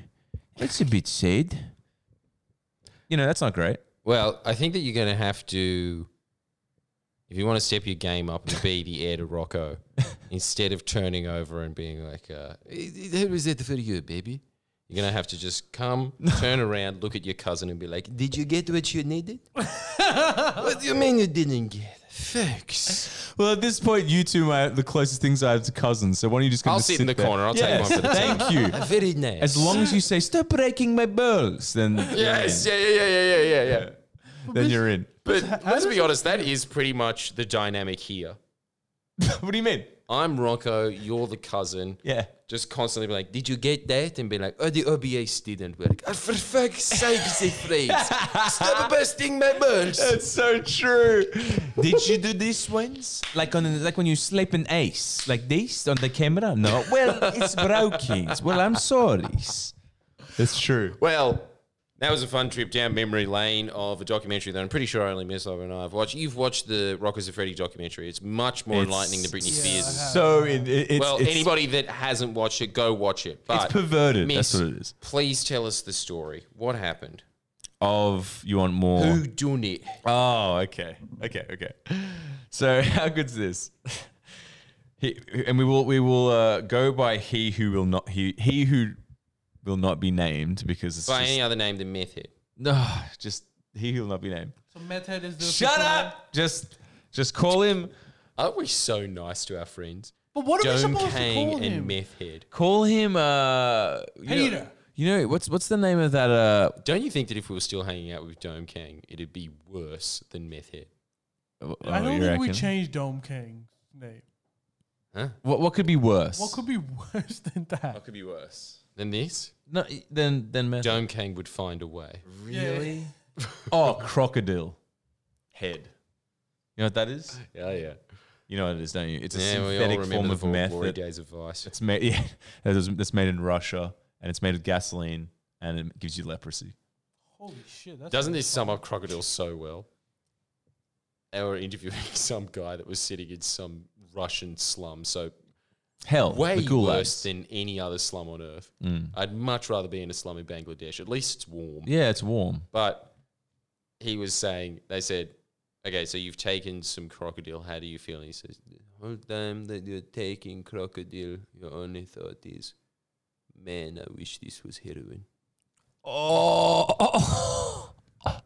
Speaker 4: That's a bit sad. You know, that's not great.
Speaker 3: Well, I think that you're going to have to, if you want to step your game up and be the heir to Rocco, instead of turning over and being like, uh, "Eh, that was it for you, baby. You're going to have to just come, turn around, look at your cousin and be like, did you get what you needed? what do you mean you didn't get? Thanks.
Speaker 4: Well, at this point, you two are the closest things I have to cousins. So why don't you just
Speaker 3: I'll sit in the corner. I'll take one for the team.
Speaker 4: Thank you.
Speaker 3: Very nice.
Speaker 4: As long as you say "Stop breaking my balls," then
Speaker 3: Yes, yeah, yeah, yeah, yeah, yeah, yeah. yeah.
Speaker 4: then you're in.
Speaker 3: But let's be honest, that is pretty much the dynamic here.
Speaker 4: what do you mean?
Speaker 3: I'm Rocco, you're the cousin.
Speaker 4: Yeah.
Speaker 3: Just constantly be like, did you get that? And be like, oh, the OBS didn't work. Oh, for fuck's sake, Siegfried. Stop busting my balls.
Speaker 4: That's so true. Did you do these ones? Like on like when you slap an ace like this on the camera? No. Well, it's broken. Well, I'm sorry. That's true.
Speaker 3: Well, that was a fun trip down memory lane of a documentary that I'm pretty sure only Miss Love and I have watched. You've watched the Rockers of Freddy documentary. It's much more
Speaker 4: It's-
Speaker 3: enlightening than Britney
Speaker 2: Yeah, I
Speaker 3: Spears'
Speaker 2: have.
Speaker 4: So it, it- it's,
Speaker 3: well,
Speaker 4: it's
Speaker 3: anybody that hasn't watched it, go watch it. But
Speaker 4: It's perverted,
Speaker 3: Miss,
Speaker 4: that's what it is.
Speaker 3: Please tell us the story. What happened?
Speaker 4: of you want more.
Speaker 3: Who done it?
Speaker 4: Oh, okay, okay, okay. So how good's this? He, and we will we will uh, go by he who will not he he who will not be named because it's
Speaker 3: By
Speaker 4: just,
Speaker 3: any other name than Meth Head.
Speaker 4: no just he who will not be named.
Speaker 2: So meth head is the
Speaker 4: Shut
Speaker 2: official name.
Speaker 4: up! Just just call him
Speaker 3: Aren't we so nice to our friends?
Speaker 2: But what are we
Speaker 3: Dome
Speaker 2: supposed to
Speaker 3: Kang
Speaker 2: call
Speaker 3: and
Speaker 2: him?
Speaker 3: Meth Head.
Speaker 4: call him uh you know-
Speaker 2: Peter.
Speaker 4: you know what's what's the name of that uh
Speaker 3: Don't you think that if we were still hanging out with Dome Kang, it'd be worse than Meth Head?
Speaker 2: I don't
Speaker 4: Oh, you
Speaker 2: think we
Speaker 4: reckon?
Speaker 2: changed Dome King's name.
Speaker 4: what what could be worse?
Speaker 2: What could be worse than that?
Speaker 3: could be worse? Than this?
Speaker 4: no then then meth-
Speaker 3: Dome Kang would find a way.
Speaker 2: Really?
Speaker 4: oh crocodile head. You know what that is?
Speaker 3: Yeah, yeah.
Speaker 4: You know what it is, don't you? It's a
Speaker 3: Yeah, we all
Speaker 4: synthetic
Speaker 3: remember
Speaker 4: form
Speaker 3: the
Speaker 4: of
Speaker 3: Vol-
Speaker 4: meth.
Speaker 3: glory
Speaker 4: that-
Speaker 3: days of Vice.
Speaker 4: It's made yeah, that was- that's made in Russia, and it's made with gasoline, and it gives you leprosy.
Speaker 2: Holy shit! That's
Speaker 3: Doesn't
Speaker 2: really
Speaker 3: this sum up Crocodile so well? They were interviewing some guy that was sitting in some Russian slum, so
Speaker 4: Hell,
Speaker 3: way
Speaker 4: the gulags. Mm.
Speaker 3: worse than any other slum on earth. I'd much rather be in a slum in Bangladesh. At least it's warm.
Speaker 4: yeah, it's warm.
Speaker 3: But he was saying, they said, okay, so you've taken some crocodile. How do you feel? And he says, the whole time that you're taking crocodile, your only thought is, man, I wish this was heroin.
Speaker 4: Oh,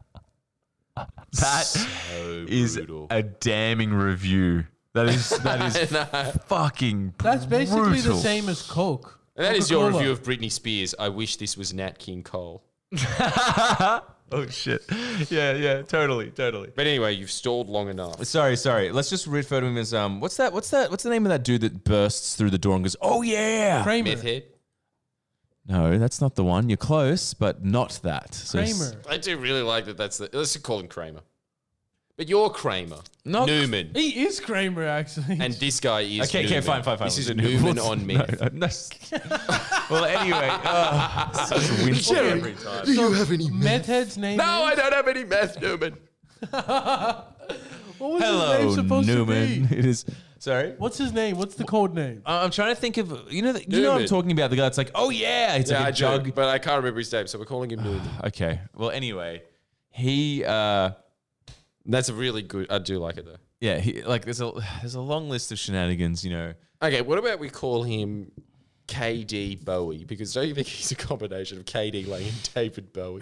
Speaker 4: that
Speaker 3: Oh,
Speaker 4: is
Speaker 3: brutal.
Speaker 4: a damning review. That is that is fucking.
Speaker 2: That's basically
Speaker 4: brutal.
Speaker 2: the same as Coke.
Speaker 3: And that is your
Speaker 2: Coca-Cola.
Speaker 3: review of Britney Spears. I wish this was Nat King Cole.
Speaker 4: oh shit! Yeah, yeah, totally, totally.
Speaker 3: But anyway, you've stalled long enough.
Speaker 4: Sorry, sorry. Let's just refer to him as um. What's that? What's that? What's the name of that dude that bursts through the door and goes, "Oh yeah"?
Speaker 2: Kramer.
Speaker 3: Meth head.
Speaker 4: No, that's not the one. You're close, but not that. So s-
Speaker 2: Kramer.
Speaker 3: I do really like that. That's the. Let's just call him Kramer. But you're Kramer.
Speaker 4: No.
Speaker 3: Newman.
Speaker 2: He is Kramer actually.
Speaker 3: And this guy is.
Speaker 4: Okay, okay,
Speaker 3: Newman.
Speaker 4: fine, fine, fine.
Speaker 3: This
Speaker 4: We'll
Speaker 3: is
Speaker 4: do
Speaker 3: Newman,
Speaker 4: Newman.
Speaker 3: on
Speaker 4: No,
Speaker 3: meth.
Speaker 4: no, no. well, anyway, uh, such a win for me every time.
Speaker 3: Do you have any
Speaker 2: meth head's name.
Speaker 3: No,
Speaker 2: is-
Speaker 3: I don't have any meth, Newman.
Speaker 2: What was his name
Speaker 4: Hello,
Speaker 2: supposed to
Speaker 4: Newman.
Speaker 2: be?
Speaker 4: It is Sorry.
Speaker 2: What's his name? What's the code name?
Speaker 4: I- I'm trying to think of you know the, you know what I'm
Speaker 3: Newman.
Speaker 4: talking about the guy that's like oh yeah it's
Speaker 3: Yeah,
Speaker 4: like a
Speaker 3: I
Speaker 4: jug
Speaker 3: do, but I can't remember his name, so we're calling him Newman.
Speaker 4: okay well anyway he uh
Speaker 3: That's a really good. I do like it though.
Speaker 4: yeah he like there's a there's a long list of shenanigans you know
Speaker 3: Okay, what about we call him KD Bowie? Because don't you think he's a combination of KD Lang and David Bowie?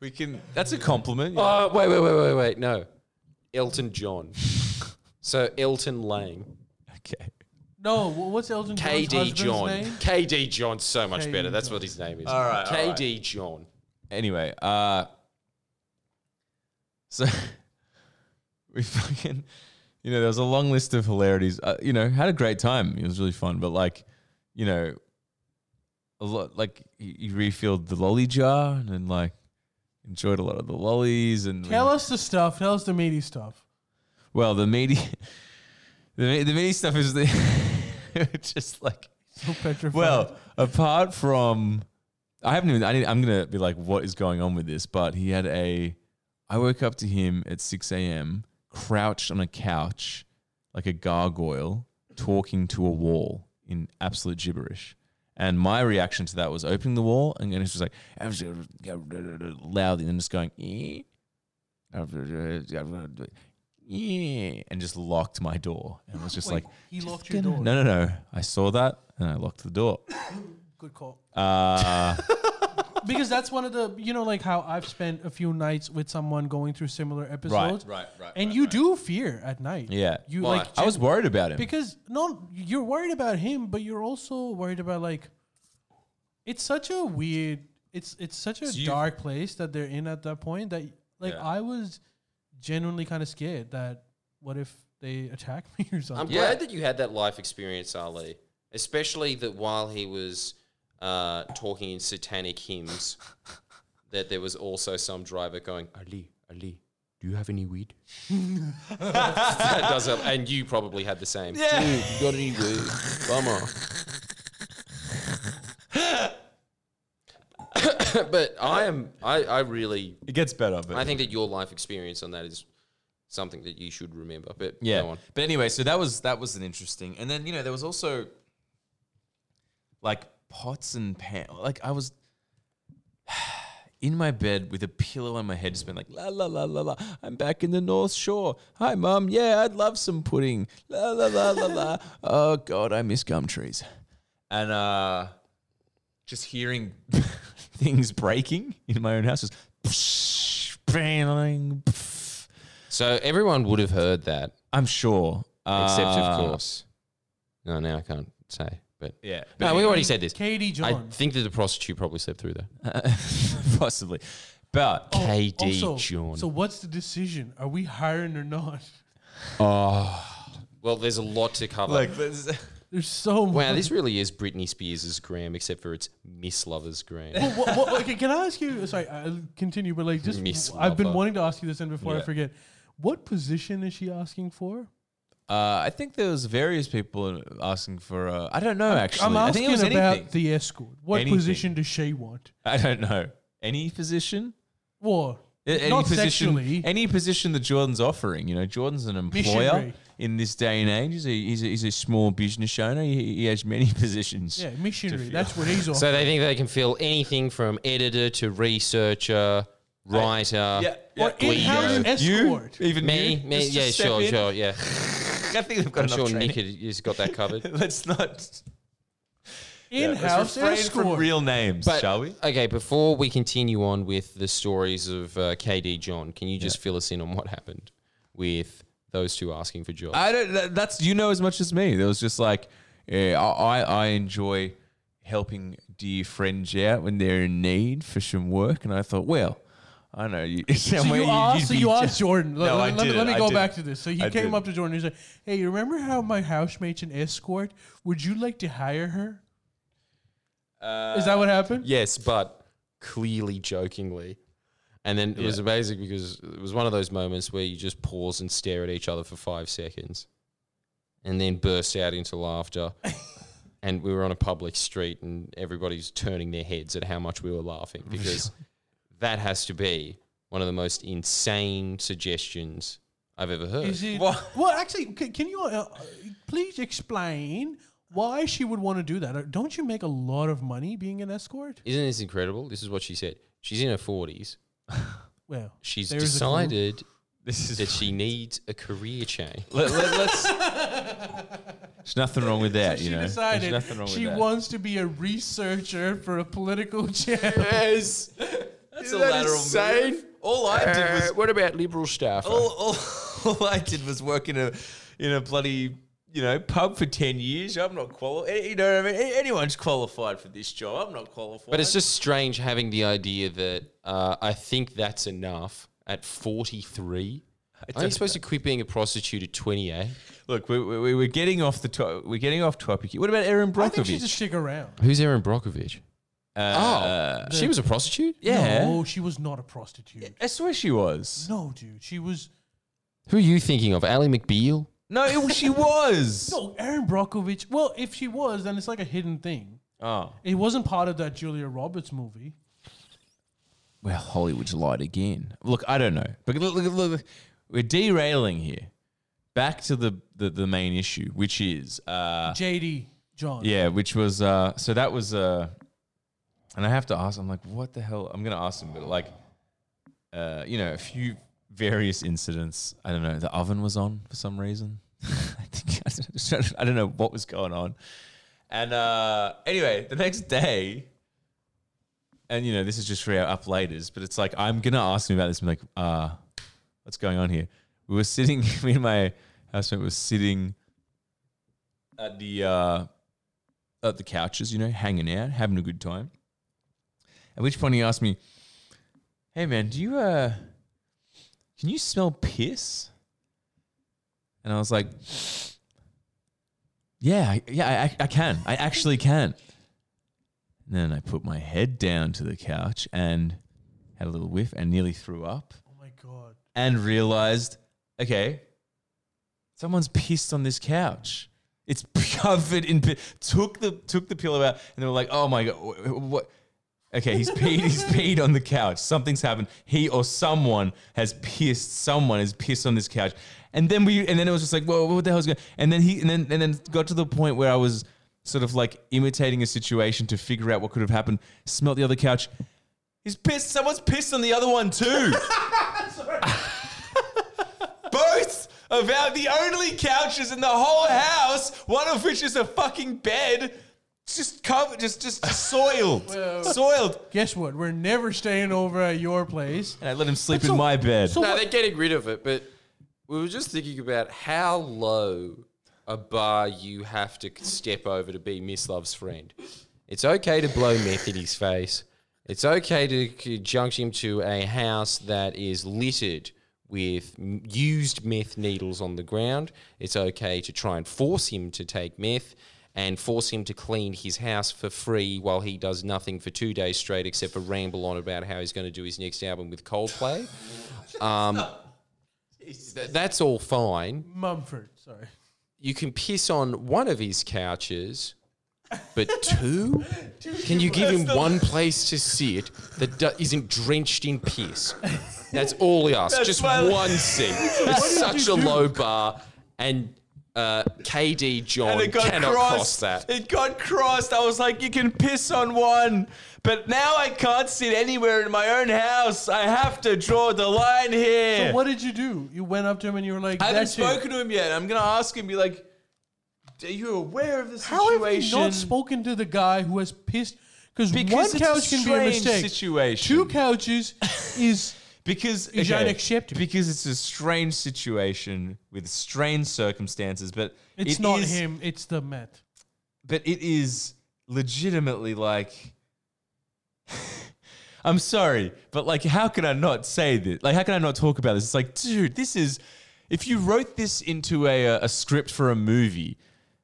Speaker 4: we can that's a compliment yeah.
Speaker 3: Oh, wait, wait, wait, wait, wait. No, Elton John. so Elton Lang,
Speaker 4: okay
Speaker 2: No, wh- what's Elton John's
Speaker 3: KD
Speaker 2: husband's
Speaker 3: John,
Speaker 2: name?
Speaker 3: KD John's so much
Speaker 2: KD
Speaker 3: better. That's what his name is.
Speaker 4: All right, all right.
Speaker 3: KD John.
Speaker 4: anyway, uh, so we fucking, you know, there was a long list of hilarities. Uh, you know, had a great time. It was really fun, but like, you know, a lot like you, you refilled the lolly jar and then like enjoyed a lot of the lollies and
Speaker 2: Tell us the stuff. Tell us the meaty stuff.
Speaker 4: well the meaty, the me- the meaty stuff is the just like
Speaker 2: So petrified.
Speaker 4: well, apart from, I haven't even. I need, I'm gonna be like, what is going on with this? But he had a. I woke up to him at 6 a.m. crouched on a couch, like a gargoyle, talking to a wall in absolute gibberish. And my reaction to that was opening the wall and then it's just like loudly and then just going "Eh." "Eh," and just locked my door and was just
Speaker 2: Wait,
Speaker 4: like
Speaker 2: he
Speaker 4: "Just
Speaker 2: locked your
Speaker 4: gonna-"
Speaker 2: door?
Speaker 4: No, no, no. I saw that and I locked the door.
Speaker 2: good call.
Speaker 4: Uh,
Speaker 2: Because that's one of the you know like how I've spent a few nights with someone going through similar episodes.
Speaker 4: right, right,
Speaker 2: And you do fear at night.
Speaker 4: yeah.
Speaker 2: You
Speaker 3: Why?
Speaker 2: like
Speaker 4: I was worried about him.
Speaker 2: because no you're worried about him but you're also worried about like it's such a weird it's it's such a
Speaker 4: you-
Speaker 2: dark place that they're in at that point that like
Speaker 4: Yeah.
Speaker 2: i was genuinely kind of scared that what if they attack me or something
Speaker 3: I'm glad that you had that life experience, Ali. Especially that while he was uh, talking in satanic hymns, that there was also some driver going, Ali, Ali, do you have any weed? that does help. And you probably had the same. Yeah. you got any weed? Bummer. but I am, I, I really,
Speaker 4: it gets better, but
Speaker 3: I think that your life experience on that is something that you should remember. But
Speaker 4: Yeah.
Speaker 3: go on.
Speaker 4: But anyway, so that was that was an interesting. And then you know there was also like pots and pan. Like I was in my bed with a pillow on my head, just been like la la la la la. I'm back in the North Shore. Hi, mum. Yeah, I'd love some pudding. La la la la la. Oh God, I miss gum trees. And uh, just hearing things breaking in my own house, just
Speaker 3: So everyone would have heard that,
Speaker 4: I'm sure.
Speaker 3: except
Speaker 4: Uh,
Speaker 3: of course. No, now I can't say. But
Speaker 4: Yeah. but
Speaker 3: no, we already said this.
Speaker 2: katie
Speaker 3: I
Speaker 2: john
Speaker 3: think that the prostitute probably slept through that.
Speaker 4: Possibly. But
Speaker 2: Oh,
Speaker 3: KD
Speaker 2: also,
Speaker 3: John.
Speaker 2: so what's the decision are we hiring or not
Speaker 4: Oh.
Speaker 3: well, there's a lot to cover.
Speaker 4: there's,
Speaker 2: there's so much
Speaker 3: wow, this really is Britney Spears' Graham, except for it's Miss Lover's Graham.
Speaker 2: what, what, okay, can I ask you? Sorry, I'll continue, but like, just
Speaker 3: Miss
Speaker 2: I've been
Speaker 3: Lover.
Speaker 2: wanting to ask you this, and before I
Speaker 4: Yeah.
Speaker 2: forget, what position is she asking for?
Speaker 4: uh, I think there was various people asking for. Uh, I don't know actually.
Speaker 2: I'm
Speaker 4: I
Speaker 2: asking
Speaker 4: think it was
Speaker 2: about
Speaker 4: anything.
Speaker 2: the escort. What
Speaker 4: Anything.
Speaker 2: position does she want?
Speaker 4: I don't know any position.
Speaker 2: Or
Speaker 4: A- Any
Speaker 2: not
Speaker 4: position,
Speaker 2: sexually.
Speaker 4: any position that Jordan's offering, you know, Jordan's an employer
Speaker 2: Missionary.
Speaker 4: in this day and age. He's a, he's a, he's a small business owner. He, he has many positions.
Speaker 2: yeah, missionary. That's what he's on.
Speaker 3: so they think they can fill anything from editor to researcher, writer.
Speaker 4: yeah,
Speaker 2: or
Speaker 4: yeah.
Speaker 2: in-house
Speaker 3: Guido.
Speaker 2: escort.
Speaker 4: You? Even
Speaker 3: Me,
Speaker 4: you?
Speaker 3: me,
Speaker 4: Just-
Speaker 3: yeah,
Speaker 4: just step
Speaker 3: sure,
Speaker 4: in.
Speaker 3: sure, yeah.
Speaker 4: I think they've got
Speaker 3: I'm
Speaker 4: enough
Speaker 3: sure
Speaker 4: training.
Speaker 3: Nick has got that covered.
Speaker 4: Let's not let's
Speaker 2: In-house
Speaker 4: refrain from
Speaker 2: escort.
Speaker 4: real names, shall we?
Speaker 3: Okay, before we continue on with the stories of uh, KD John, can you just fill us in on what happened with those two asking for jobs?
Speaker 4: I don't. that- That's you know as much as me. There was just like, yeah, I I I enjoy helping dear friends out when they're in need for some work, and I thought, well, I know you.
Speaker 2: So you asked, so you asked Jordan. Let,
Speaker 4: No, I
Speaker 2: let, let me-
Speaker 4: didn't,
Speaker 2: let me
Speaker 4: I
Speaker 2: go
Speaker 4: didn't.
Speaker 2: back to this. So he
Speaker 4: I
Speaker 2: came
Speaker 4: didn't.
Speaker 2: up to Jordan. He's like, "Hey, you remember how my housemate's an escort? Would you like to hire her?"
Speaker 4: Uh,
Speaker 2: Is that what happened?
Speaker 3: yes, but clearly jokingly. And then it was amazing because it was one of those moments where you just pause and stare at each other for five seconds and then burst out into laughter. and we were on a public street and everybody's turning their heads at how much we were laughing because that has to be one of the most insane suggestions I've ever heard.
Speaker 2: Is it?
Speaker 4: Well-
Speaker 2: Well, actually, c- can you uh, please explain why she would want to do that? Uh, Don't you make a lot of money being an escort?
Speaker 3: Isn't this incredible? This is what she said. She's in her 40s.
Speaker 2: Well,
Speaker 3: She's
Speaker 2: there is a clue.
Speaker 3: decided
Speaker 4: This is
Speaker 3: that she needs a career change.
Speaker 4: Let, us There's nothing wrong with that,
Speaker 2: She
Speaker 4: you know.
Speaker 2: decided
Speaker 4: There's nothing wrong
Speaker 2: she
Speaker 4: with that.
Speaker 2: wants to be a researcher for a political channel.
Speaker 3: Yes.
Speaker 4: That's a lateral move. All I did was
Speaker 3: what about liberal staff?
Speaker 4: all, all, all I did was work in a in a bloody you know pub for ten years. I'm not qualified. You know what I mean? A- Anyone's qualified for this job. I'm not qualified.
Speaker 3: But it's just strange having the idea that uh, I think that's enough at 43. Aren't you supposed to quit being a prostitute at 28?
Speaker 4: look. We, we, we- we're getting off the to- we're getting off topic. here. What about Aaron
Speaker 2: I think she
Speaker 4: Brockovich?
Speaker 2: just stick around.
Speaker 3: Who's Erin Brockovich?
Speaker 4: Uh,
Speaker 3: oh, she was a prostitute?
Speaker 4: yeah.
Speaker 2: No, she was not a prostitute.
Speaker 4: I swear she was.
Speaker 2: No, dude, she was.
Speaker 3: Who are you thinking of? Ally McBeal?
Speaker 4: No, it, she was.
Speaker 2: No, Aaron Brockovich. Well, if she was, then it's like a hidden thing.
Speaker 4: Oh
Speaker 2: It wasn't part of that Julia Roberts movie.
Speaker 4: well, Hollywood's lied again. Look, I don't know, but look, look, look we're derailing here. Back to the, the, the main issue, which is uh,
Speaker 2: JD John.
Speaker 4: Yeah, which was uh so that was uh and I have to ask, I'm like, what the hell? I'm gonna ask him, but like uh, you know, a few various incidents. I don't know, the oven was on for some reason. I think I don't- I don't know what was going on. And uh anyway, the next day and you know, this is just for our up laters, but it's like I'm gonna ask him about this and be like, uh, what's going on here? We were sitting, me and my housemate was sitting at the uh at the couches, you know, hanging out, having a good time. At which point he asked me, "Hey man, do you uh, can you smell piss?" And I was like, "Yeah, I- yeah, I, I- I can. I actually can." And then I put my head down to the couch and had a little whiff and nearly threw up
Speaker 2: Oh my god.
Speaker 4: and realized, okay, someone's pissed on this couch. It's covered in pi- took the took the pillow out and they were like, oh my god, wh- wh- what? Okay, he's peed. He's peed on the couch. Something's happened. He or someone has pissed. Someone has pissed on this couch. And then we. And then it was just like, whoa, what the hell's going? And then he. And then and then got to the point where I was sort of like imitating a situation to figure out what could have happened. Smelt the other couch. He's pissed. Someone's pissed on the other one too. both of our the only couches in the whole house, one of which is a fucking bed, It's just covered, just just soiled, soiled.
Speaker 2: Guess what? We're never staying over at your place.
Speaker 4: And I let him sleep
Speaker 2: But
Speaker 4: in
Speaker 2: so-
Speaker 4: my bed.
Speaker 2: so-
Speaker 3: No, they're getting rid of it, but we were just thinking about how low a bar you have to step over to be Miss Love's friend. It's okay to blow meth in his face. It's okay to conjunct him to a house that is littered with m- used meth needles on the ground. It's okay to try and force him to take meth and force him to clean his house for free while he does nothing for two days straight except for ramble on about how he's going to do his next album with Coldplay. Th- that's all fine.
Speaker 2: Mumford, sorry.
Speaker 3: You can piss on one of his couches, but two? Can you give him one place to sit that do- isn't drenched in piss? That's all he asked. Just
Speaker 4: my-
Speaker 3: one seat. It's such a low bar, and uh, KD John
Speaker 4: and it got
Speaker 3: cannot
Speaker 4: crossed.
Speaker 3: cross that.
Speaker 4: It got crossed. I was like, you can piss on one, but now I can't sit anywhere in my own house. I have to draw the line here.
Speaker 2: What did you do? You went up to him and you were like,
Speaker 4: I haven't
Speaker 2: "That's
Speaker 4: spoken to him yet. I'm gonna ask him. Be like, are you aware of the
Speaker 2: How
Speaker 4: situation?
Speaker 2: have you not spoken to the guy who has pissed? Because
Speaker 4: Because
Speaker 2: one
Speaker 4: it's a
Speaker 2: couch can be a
Speaker 4: strange
Speaker 2: mistake.
Speaker 4: situation.
Speaker 2: Two couches is
Speaker 4: Because
Speaker 2: Is unacceptable.
Speaker 4: Because it's a strange situation with strange circumstances, but
Speaker 2: it's
Speaker 4: it
Speaker 2: not
Speaker 4: is-
Speaker 2: him. It's the Met.
Speaker 4: But it is legitimately like. I'm sorry, but like, how can I not say this? Like, how can I not talk about this? It's like, dude, this is. If you wrote this into a a, a script for a movie,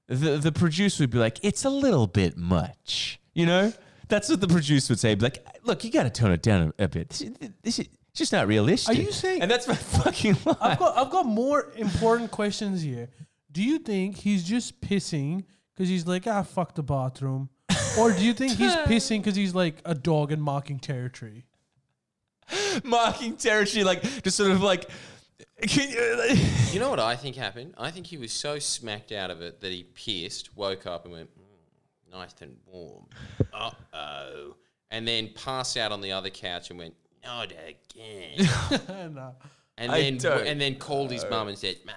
Speaker 4: the the producer would be like, it's a little bit much, you know. That's what the producer would say. Be like, look, you got to tone it down a, a bit. This, is- this is it's just not realistic.
Speaker 2: Are you saying-
Speaker 4: And that's my fucking line.
Speaker 2: I've got, I've got more important questions here. Do you think he's just pissing because he's like, ah, fuck the bathroom? Or do you think he's pissing because he's like a dog and marking territory?
Speaker 4: marking territory, like just sort of like Can you,
Speaker 3: You know what I think happened? I think he was so smacked out of it that he pierced, woke up, and went "Mm, nice and warm. Uh oh, and then passed out on the other couch and went not again.
Speaker 2: Nah.
Speaker 3: And
Speaker 4: I
Speaker 3: then
Speaker 4: don't
Speaker 3: and then called his mum and said, "Mum,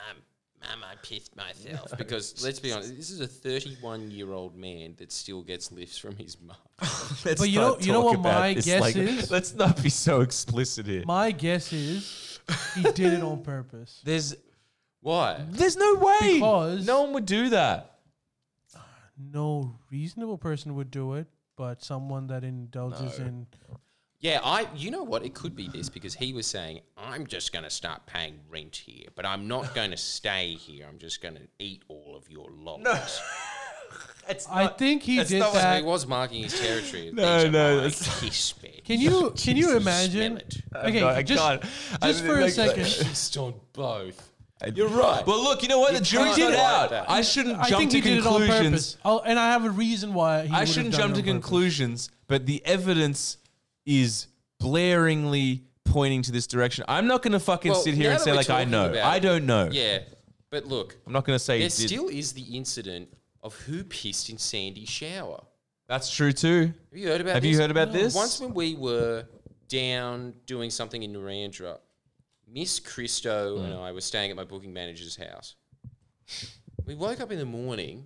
Speaker 3: mum, I pissed myself." Because let's be honest, this is a 31 year old man that still gets lifts from his mum.
Speaker 4: let's
Speaker 2: But you
Speaker 4: not
Speaker 2: know- you know
Speaker 4: talk
Speaker 2: what
Speaker 4: about
Speaker 2: my
Speaker 4: this,
Speaker 2: guess
Speaker 4: like,
Speaker 2: is?
Speaker 4: Let's not be so explicit here.
Speaker 2: My guess is he did it on purpose.
Speaker 4: There's
Speaker 3: Why?
Speaker 4: there's no way.
Speaker 2: Because-
Speaker 4: no one would do that.
Speaker 2: No reasonable person would do it, but someone that indulges in
Speaker 3: Yeah, I. You know what? It could be this because he was saying, "I'm just going to start paying rent here, but I'm not going to stay here. I'm just going to eat all of your lot."
Speaker 4: It's
Speaker 2: I think he
Speaker 4: That's
Speaker 2: did
Speaker 4: not what
Speaker 3: So he
Speaker 2: that.
Speaker 3: was marking his territory.
Speaker 4: No, no, that's-
Speaker 3: that's kiss bed.
Speaker 2: Can you can you
Speaker 3: Jesus,
Speaker 2: imagine?
Speaker 3: smell
Speaker 2: Okay,
Speaker 4: No, I
Speaker 2: just
Speaker 4: can't. I
Speaker 2: just
Speaker 4: mean,
Speaker 2: for a
Speaker 4: like-
Speaker 2: second.
Speaker 3: Kissed on both.
Speaker 4: I-
Speaker 3: You're right.
Speaker 4: But look, you know what? The jury's
Speaker 3: can't
Speaker 4: not
Speaker 3: do
Speaker 4: out.
Speaker 3: that.
Speaker 4: I shouldn't
Speaker 2: I
Speaker 4: jump
Speaker 2: think
Speaker 4: to
Speaker 2: he did it on
Speaker 4: conclusions.
Speaker 2: purpose, I'll, and I have a reason why. He would
Speaker 4: I
Speaker 2: have
Speaker 4: shouldn't
Speaker 2: done
Speaker 4: jump
Speaker 2: it
Speaker 4: to
Speaker 2: on purpose.
Speaker 4: conclusions, but the evidence is blaringly pointing to this direction. I'm not going to fucking
Speaker 3: Well,
Speaker 4: sit here
Speaker 3: now
Speaker 4: and
Speaker 3: that
Speaker 4: say
Speaker 3: we're
Speaker 4: like I
Speaker 3: talking
Speaker 4: know.
Speaker 3: about
Speaker 4: I
Speaker 3: it-
Speaker 4: don't know.
Speaker 3: Yeah, but look,
Speaker 4: I'm not going to say
Speaker 3: there
Speaker 4: it did.
Speaker 3: still is the incident of who pissed in Sandy's shower.
Speaker 4: That's true too.
Speaker 3: Have you heard about
Speaker 4: Have
Speaker 3: this?
Speaker 4: you heard about this?
Speaker 3: Once when we were down doing something in Narandra, Miss Christo
Speaker 4: Mm.
Speaker 3: and I were staying at my booking manager's house. We woke up in the morning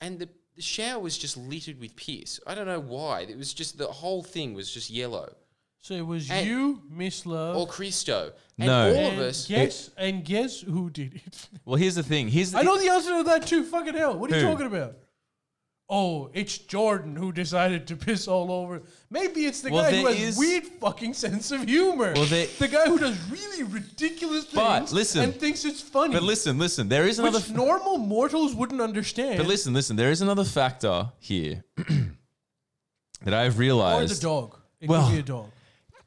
Speaker 3: and the, the shower was just littered with piss. I don't know why. It was just the whole thing was just yellow.
Speaker 2: So it was
Speaker 3: And-
Speaker 2: you, Miss Love,
Speaker 3: Or Christo. And
Speaker 4: No.
Speaker 3: all of
Speaker 2: and
Speaker 3: us.
Speaker 2: Guess and guess who did it?
Speaker 4: Well, here's the thing. Here's the
Speaker 2: I know the answer to that too. Fucking hell! What are you
Speaker 4: Who?
Speaker 2: talking about? Oh, it's Jordan who decided to piss all over. Maybe it's the
Speaker 4: Well,
Speaker 2: guy
Speaker 4: there
Speaker 2: who has
Speaker 4: is-
Speaker 2: weird fucking sense of humor.
Speaker 4: Well, there-
Speaker 2: the guy who does really ridiculous things
Speaker 4: But listen-
Speaker 2: and thinks it's funny.
Speaker 4: But listen, listen. There is
Speaker 2: which
Speaker 4: another. f-
Speaker 2: normal mortals wouldn't understand.
Speaker 4: But listen, listen. There is another factor here that I've
Speaker 2: or the
Speaker 4: realized.
Speaker 2: dog. It
Speaker 4: Well-
Speaker 2: could be a dog.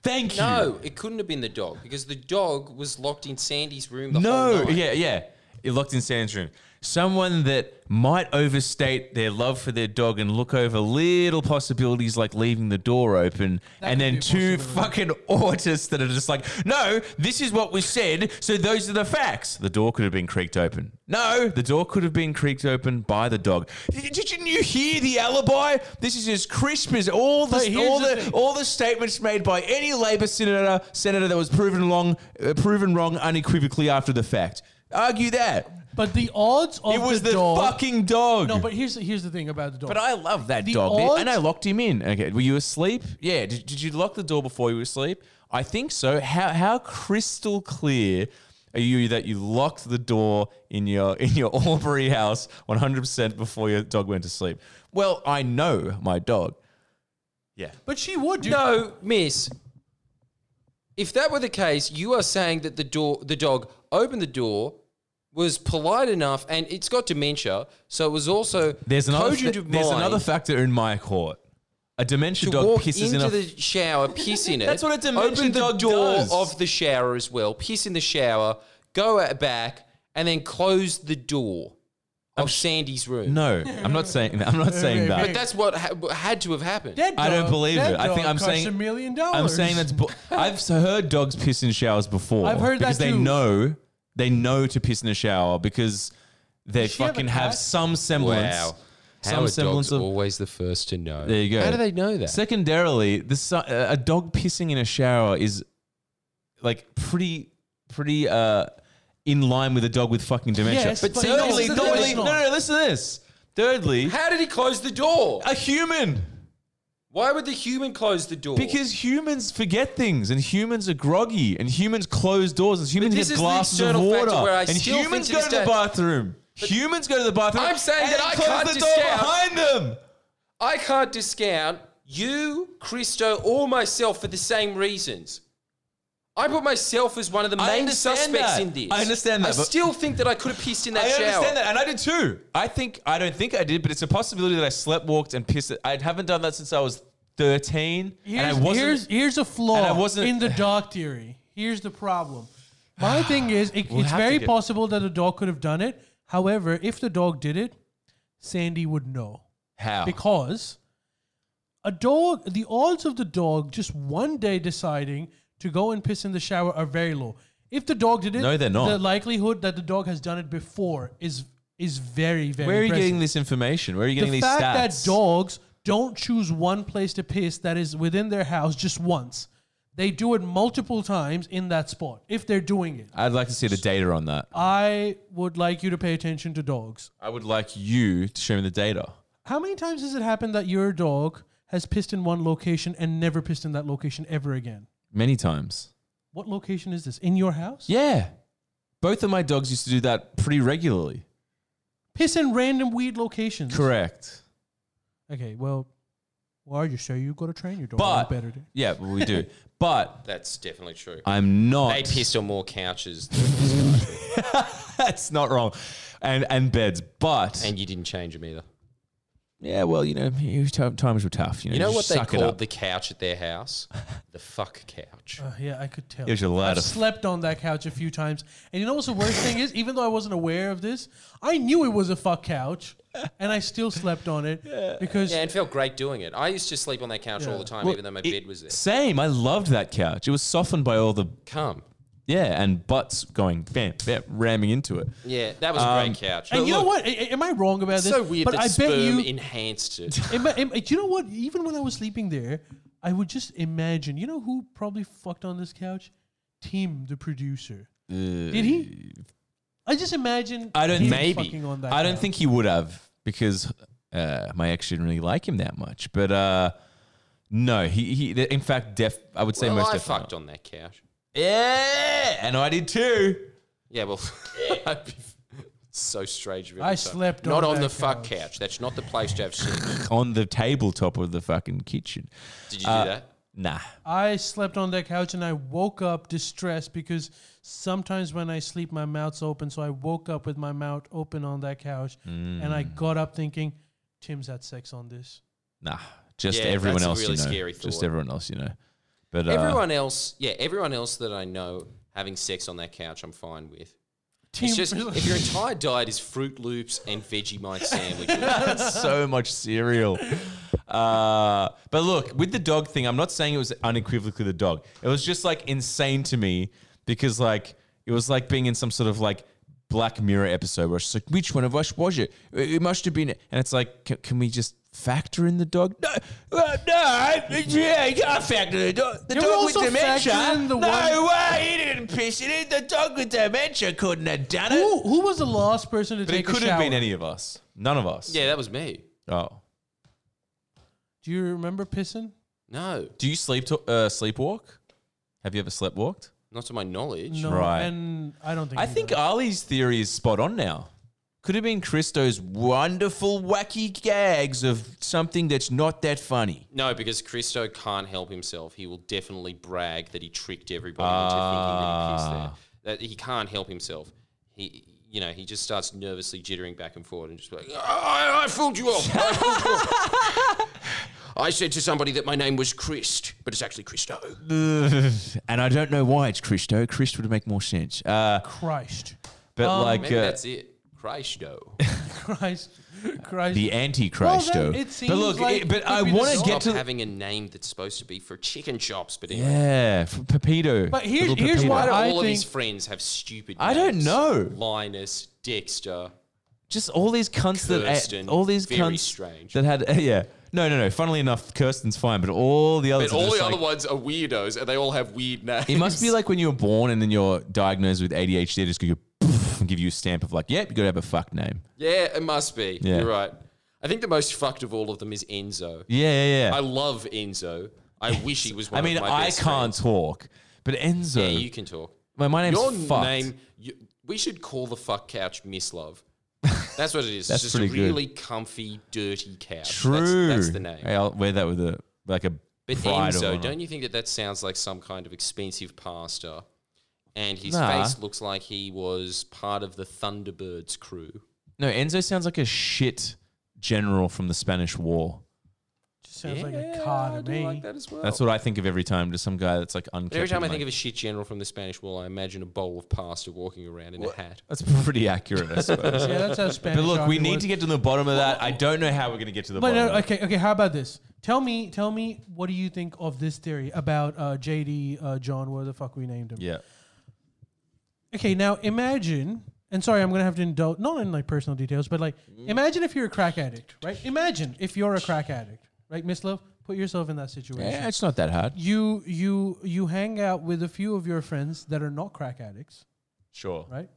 Speaker 4: Thank you.
Speaker 3: No, it couldn't have been the dog because the dog was locked in Sandy's room the whole
Speaker 4: No,
Speaker 3: night.
Speaker 4: yeah, yeah. It locked in Sam's room. Someone that might overstate their love for their dog and look over little possibilities like leaving the door open, and
Speaker 2: could be
Speaker 4: then
Speaker 2: a
Speaker 4: two fucking
Speaker 2: possibility.
Speaker 4: autists that are just like, no, this is what was said, so those are the facts. The door could have been creaked open. No, the door could have been creaked open by the dog. Did- Didn't you hear the alibi? This is as crisp as all the
Speaker 2: But here's
Speaker 4: all
Speaker 2: the
Speaker 4: the,
Speaker 2: thing.
Speaker 4: all the statements made by any Labor senator senator that was proven wrong, uh, proven wrong unequivocally after the fact. Argue that
Speaker 2: But the odds of
Speaker 4: it was
Speaker 2: the,
Speaker 4: the,
Speaker 2: dog.
Speaker 4: fucking dog.
Speaker 2: no, but here's here's the thing about the dog.
Speaker 4: But I love that
Speaker 2: The
Speaker 4: dog,
Speaker 2: odds-
Speaker 4: and I locked him in. Okay, were you asleep? Yeah. Did, did you lock the door before you were asleep? I think so. How how crystal clear are you that you locked the door in your in your Albury house 100 percent before your dog went to sleep? Well, I know my dog. Yeah.
Speaker 2: but she would. Dude.
Speaker 3: No, miss. If that were the case, you are saying that the door the dog opened the door was polite enough and it's got dementia, so it was also
Speaker 4: There's another,
Speaker 3: cogent
Speaker 4: fa-
Speaker 3: of
Speaker 4: there's
Speaker 3: mind
Speaker 4: another factor in my court. A dementia
Speaker 3: to
Speaker 4: dog
Speaker 3: walk
Speaker 4: pisses
Speaker 3: into
Speaker 4: in a.
Speaker 3: the shower, piss in it.
Speaker 4: That's what a dementia
Speaker 3: open the
Speaker 4: dog
Speaker 3: door
Speaker 4: does.
Speaker 3: of the shower as well, piss in the shower, go out back, and then close the door of Sandy's room.
Speaker 4: no, I'm not saying that. I'm not saying that.
Speaker 3: But that's what ha- had to have happened.
Speaker 2: That
Speaker 4: I don't
Speaker 2: dog-
Speaker 4: believe
Speaker 2: that
Speaker 4: it. I think
Speaker 2: dog
Speaker 4: I'm
Speaker 2: costs
Speaker 4: saying
Speaker 2: a million dollars.
Speaker 4: I'm saying that's. Bu- I've s- heard dogs piss in showers before.
Speaker 2: I've heard that
Speaker 4: because they
Speaker 2: too.
Speaker 4: know they know to piss in a shower because they
Speaker 2: she have a
Speaker 4: fucking have
Speaker 2: cat?
Speaker 4: some semblance.
Speaker 3: Wow. How
Speaker 4: Some
Speaker 3: are
Speaker 4: semblance
Speaker 3: dogs
Speaker 4: of.
Speaker 3: always the first to know?
Speaker 4: There you go.
Speaker 3: How do they know that?
Speaker 4: Secondarily, the su- uh, a dog pissing in a shower is like pretty pretty uh in line with a dog with fucking dementia.
Speaker 2: Yes,
Speaker 4: but
Speaker 2: but
Speaker 4: thirdly,
Speaker 2: no,
Speaker 4: thirdly-
Speaker 2: it's
Speaker 4: no,
Speaker 2: not.
Speaker 4: no, listen to this. Thirdly,
Speaker 3: How did he close the door?
Speaker 4: a human.
Speaker 3: Why would the human close the door?
Speaker 4: Because humans forget things, and humans are groggy, and humans close doors, and humans
Speaker 3: this
Speaker 4: get
Speaker 3: is the
Speaker 4: glasses of
Speaker 3: external
Speaker 4: water,
Speaker 3: factor where I
Speaker 4: and
Speaker 3: still think
Speaker 4: humans
Speaker 3: to
Speaker 4: go
Speaker 3: this
Speaker 4: to
Speaker 3: day-
Speaker 4: the bathroom. Humans go to the bathroom.
Speaker 3: I'm saying
Speaker 4: and
Speaker 3: that
Speaker 4: they
Speaker 3: I
Speaker 4: close
Speaker 3: can't
Speaker 4: the door
Speaker 3: discount-
Speaker 4: behind them.
Speaker 3: I can't discount you, Christo, or myself for the same reasons. I put myself as one of the
Speaker 4: I
Speaker 3: main
Speaker 4: understand
Speaker 3: suspects
Speaker 4: that.
Speaker 3: in this.
Speaker 4: I understand that,
Speaker 3: I
Speaker 4: but-
Speaker 3: still think that I could have pissed in that
Speaker 4: I
Speaker 3: shower.
Speaker 4: understand that, and I did too. I think I don't think I did, but it's a possibility that I slept, walked, and pissed. I haven't done that since I was thirteen,
Speaker 2: Here's,
Speaker 4: and I wasn't.
Speaker 2: here's, here's a
Speaker 4: and I
Speaker 2: flaw
Speaker 4: wasn't-
Speaker 2: in the dog theory. Here's the problem. My thing is, it,
Speaker 4: We'll
Speaker 2: it's
Speaker 4: have to
Speaker 2: very
Speaker 4: get-
Speaker 2: possible that the dog could have done it. However, if the dog did it, Sandy would know
Speaker 4: how?
Speaker 2: because a dog, the odds of the dog just one day deciding to go and piss in the shower are very low. If the dog did it,
Speaker 4: No, they're not.
Speaker 2: The likelihood that the dog has done it before is is very very.
Speaker 4: Where are you
Speaker 2: impressive.
Speaker 4: getting this information? Where are you getting
Speaker 2: the
Speaker 4: these
Speaker 2: fact that
Speaker 4: stats?
Speaker 2: dogs don't choose one place to piss that is within their house just once. They do it multiple times in that spot if they're doing it.
Speaker 4: I'd like to see the data on that.
Speaker 2: I would like you to pay attention to dogs.
Speaker 4: I would like you to show me the data.
Speaker 2: How many times has it happened that your dog has pissed in one location and never pissed in that location ever again?
Speaker 4: Many times.
Speaker 2: What location is this? In your house?
Speaker 4: Yeah. Both of my dogs used to do that pretty regularly.
Speaker 2: Piss in random weird locations.
Speaker 4: Correct.
Speaker 2: Okay, well, why are you sure you've got to train your dog
Speaker 4: But
Speaker 2: better? to-
Speaker 4: yeah, well, we do. but
Speaker 3: That's definitely true.
Speaker 4: I'm not.
Speaker 3: They pissed on more couches
Speaker 4: That's not wrong. And and beds, but
Speaker 3: and you didn't change them either.
Speaker 4: yeah, well, you know, you- t- times were tough. You know,
Speaker 3: You know
Speaker 4: just
Speaker 3: what they
Speaker 4: suck it
Speaker 3: called
Speaker 4: up.
Speaker 3: the couch at their house? The fuck couch.
Speaker 2: Uh, yeah, I could tell.
Speaker 4: Here's your
Speaker 2: I've
Speaker 4: ladder.
Speaker 2: slept on that couch a few times, and you know what's the worst thing is? Even though I wasn't aware of this, I knew it was a fuck couch, and I still slept on it because
Speaker 3: Yeah, and felt great doing it. I used to sleep on that couch all the time, even though my
Speaker 4: It-
Speaker 3: bed was there.
Speaker 4: Same. I loved that couch. It was softened by all the
Speaker 3: Come.
Speaker 4: yeah and butts going bam, bam, ramming into it.
Speaker 3: Yeah, that was
Speaker 4: Um,
Speaker 3: a great couch.
Speaker 2: And you know what? A- a- Am I wrong about
Speaker 3: It's
Speaker 2: this?
Speaker 3: so weird
Speaker 2: but
Speaker 3: that
Speaker 2: I bet
Speaker 3: sperm
Speaker 2: you.
Speaker 3: enhanced it.
Speaker 2: am I- am- do you know what? Even when I was sleeping there, I would just imagine. You know who probably fucked on this couch? Tim, the producer. Did he? I just imagine.
Speaker 4: I don't
Speaker 2: him
Speaker 4: maybe.
Speaker 2: fucking on that
Speaker 4: I don't
Speaker 2: couch.
Speaker 4: think he would have because uh, my ex didn't really like him that much. But uh, no, he, he in fact def I would say
Speaker 3: Well,
Speaker 4: most
Speaker 3: I
Speaker 4: definitely
Speaker 3: fucked
Speaker 4: not.
Speaker 3: on that couch.
Speaker 4: Yeah, and I did too.
Speaker 3: Yeah, well, I'd be so strange. If it
Speaker 2: I
Speaker 3: was so-
Speaker 2: slept
Speaker 3: not
Speaker 2: on
Speaker 3: on the
Speaker 2: that
Speaker 3: fuck
Speaker 2: couch.
Speaker 3: couch. That's not the place to have sex.
Speaker 4: On the tabletop of the fucking kitchen.
Speaker 3: Did you do that?
Speaker 4: Nah.
Speaker 2: I slept on that couch and I woke up distressed because sometimes when I sleep, my mouth's open. So I woke up with my mouth open on that couch and
Speaker 4: Mm.
Speaker 2: I got up thinking, Tim's had sex on this.
Speaker 4: Nah. Just
Speaker 3: Yeah,
Speaker 4: everyone
Speaker 3: that's a
Speaker 4: else
Speaker 3: really
Speaker 4: you know.
Speaker 3: scary
Speaker 4: Just
Speaker 3: thought.
Speaker 4: everyone else you know. But uh,
Speaker 3: Everyone else, yeah, everyone else that I know having sex on that couch, I'm fine with.
Speaker 2: Tim,
Speaker 3: It's just if your entire diet is Fruit Loops and Vegemite sandwiches,
Speaker 4: so much cereal. Uh, but look, with the dog thing, I'm not saying it was unequivocally the dog. It was just like insane to me because like it was like being in some sort of like Black Mirror episode where it's like, which one of us was it? It it must have been. it." And it's like, can, can we just factor in the dog? No, well, no, yeah, you can't factor the dog. The
Speaker 2: Can we
Speaker 4: dog with
Speaker 2: also
Speaker 4: dementia.
Speaker 2: factor in the
Speaker 4: no
Speaker 2: one-
Speaker 4: way, he didn't piss it in. The dog with dementia couldn't have done it.
Speaker 2: who, who was the last person to
Speaker 4: But it
Speaker 2: take a shower?
Speaker 4: could have been any of us. None of us.
Speaker 3: yeah, that was me.
Speaker 4: Oh.
Speaker 2: Do you remember pissing?
Speaker 3: No,
Speaker 4: Do you sleep to, uh, sleepwalk? Have you ever sleptwalked?
Speaker 3: not to my knowledge.
Speaker 2: No.
Speaker 4: Right.
Speaker 2: And I don't think
Speaker 4: I
Speaker 2: he
Speaker 4: think
Speaker 2: does.
Speaker 4: Ali's theory is spot on now. Could have been Christo's wonderful wacky gags of something that's not that funny.
Speaker 3: No, because Christo can't help himself. He will definitely brag that he tricked everybody into thinking that he
Speaker 4: Ah.
Speaker 3: pissed there. That he can't help himself. He, you know, he just starts nervously jittering back and forward and just like, I, I fooled you all. I fooled you all. I said to somebody that my name was Christ, but it's actually Christo.
Speaker 4: and I don't know why it's Christo. Christ would make more sense. Uh,
Speaker 2: Christ.
Speaker 4: but like
Speaker 3: Maybe
Speaker 4: uh,
Speaker 3: that's it. Christo.
Speaker 2: Christ. Christ.
Speaker 4: the Antichrist.
Speaker 2: Well, then it
Speaker 4: but
Speaker 2: seems
Speaker 4: look,
Speaker 2: like
Speaker 4: it-
Speaker 2: it
Speaker 4: but
Speaker 2: could
Speaker 4: I
Speaker 2: be the
Speaker 4: want to
Speaker 2: dog.
Speaker 4: get
Speaker 3: Stop
Speaker 4: to. the-
Speaker 3: having a name that's supposed to be for chicken chops, but anyway.
Speaker 4: Yeah, for Pepito.
Speaker 2: But here's-
Speaker 4: Little
Speaker 2: here's
Speaker 4: Pepito.
Speaker 3: Why
Speaker 2: what
Speaker 3: do
Speaker 2: I
Speaker 3: all of his
Speaker 2: think-
Speaker 3: friends have stupid names?
Speaker 4: I don't know.
Speaker 3: Linus, Dexter.
Speaker 4: just all these cunts
Speaker 3: Kirsten,
Speaker 4: that all these
Speaker 3: very
Speaker 4: cunts
Speaker 3: strange.
Speaker 4: that had yeah no no no funnily enough Kirsten's fine but all the others
Speaker 3: But all
Speaker 4: are
Speaker 3: the
Speaker 4: just
Speaker 3: other
Speaker 4: like-
Speaker 3: ones are weirdos and they all have weird names.
Speaker 4: it must be like when you were born and then you're diagnosed with ADHD they just go poof, and give you a stamp of like yep you gotta have a fuck name
Speaker 3: Yeah, it must be.
Speaker 4: Yeah.
Speaker 3: You're right. I think the most fucked of all of them is Enzo.
Speaker 4: yeah yeah
Speaker 3: I
Speaker 4: yeah
Speaker 3: love Enzo. I wish he was
Speaker 4: I,
Speaker 3: one
Speaker 4: mean
Speaker 3: of my
Speaker 4: I
Speaker 3: best
Speaker 4: can't
Speaker 3: friends.
Speaker 4: talk but Enzo
Speaker 3: Yeah, you can talk.
Speaker 4: my, my name's
Speaker 3: Your
Speaker 4: fucked.
Speaker 3: name, you, we should call the fuck couch Miss Love. That's what it is.
Speaker 4: That's
Speaker 3: it's just a
Speaker 4: pretty good.
Speaker 3: really comfy, dirty couch.
Speaker 4: true
Speaker 3: That's, that's the name.
Speaker 4: Hey, I'll wear that with a like a
Speaker 3: But
Speaker 4: pride or
Speaker 3: Enzo,
Speaker 4: whatnot.
Speaker 3: don't you think that that sounds like some kind of expensive pasta? And his
Speaker 4: Nah.
Speaker 3: face looks like he was part of the Thunderbirds crew.
Speaker 4: no Enzo sounds like a shit general from the Spanish War
Speaker 2: Just sounds like a car to me.
Speaker 3: that as well.
Speaker 4: that's what I think of every time to some guy that's like unkept
Speaker 3: But every time
Speaker 4: in,
Speaker 3: I
Speaker 4: like,
Speaker 3: think of a shit general from the Spanish Wall, I imagine a bowl of pasta walking around in a hat.
Speaker 4: That's pretty accurate, I suppose.
Speaker 2: Yeah, that's how Spanish
Speaker 4: But look, we
Speaker 2: Army
Speaker 4: need
Speaker 2: was.
Speaker 4: to get to the bottom of that. I don't know how we're going to get to the
Speaker 2: But
Speaker 4: bottom.
Speaker 2: no,
Speaker 4: of that.
Speaker 2: okay, okay. How about this? Tell me, tell me, what do you think of this theory about uh, JD uh, John? Where the fuck we named him?
Speaker 4: Yeah.
Speaker 2: Okay, now imagine, and sorry, I'm gonna have to indulge not in like personal details, but like imagine if you're a crack addict, right? Imagine if you're a crack addict, right, Miss Love? Put yourself in that situation.
Speaker 4: Yeah, Eh, it's not that hard.
Speaker 2: You you you hang out with a few of your friends that are not crack addicts,
Speaker 4: Sure.
Speaker 2: right?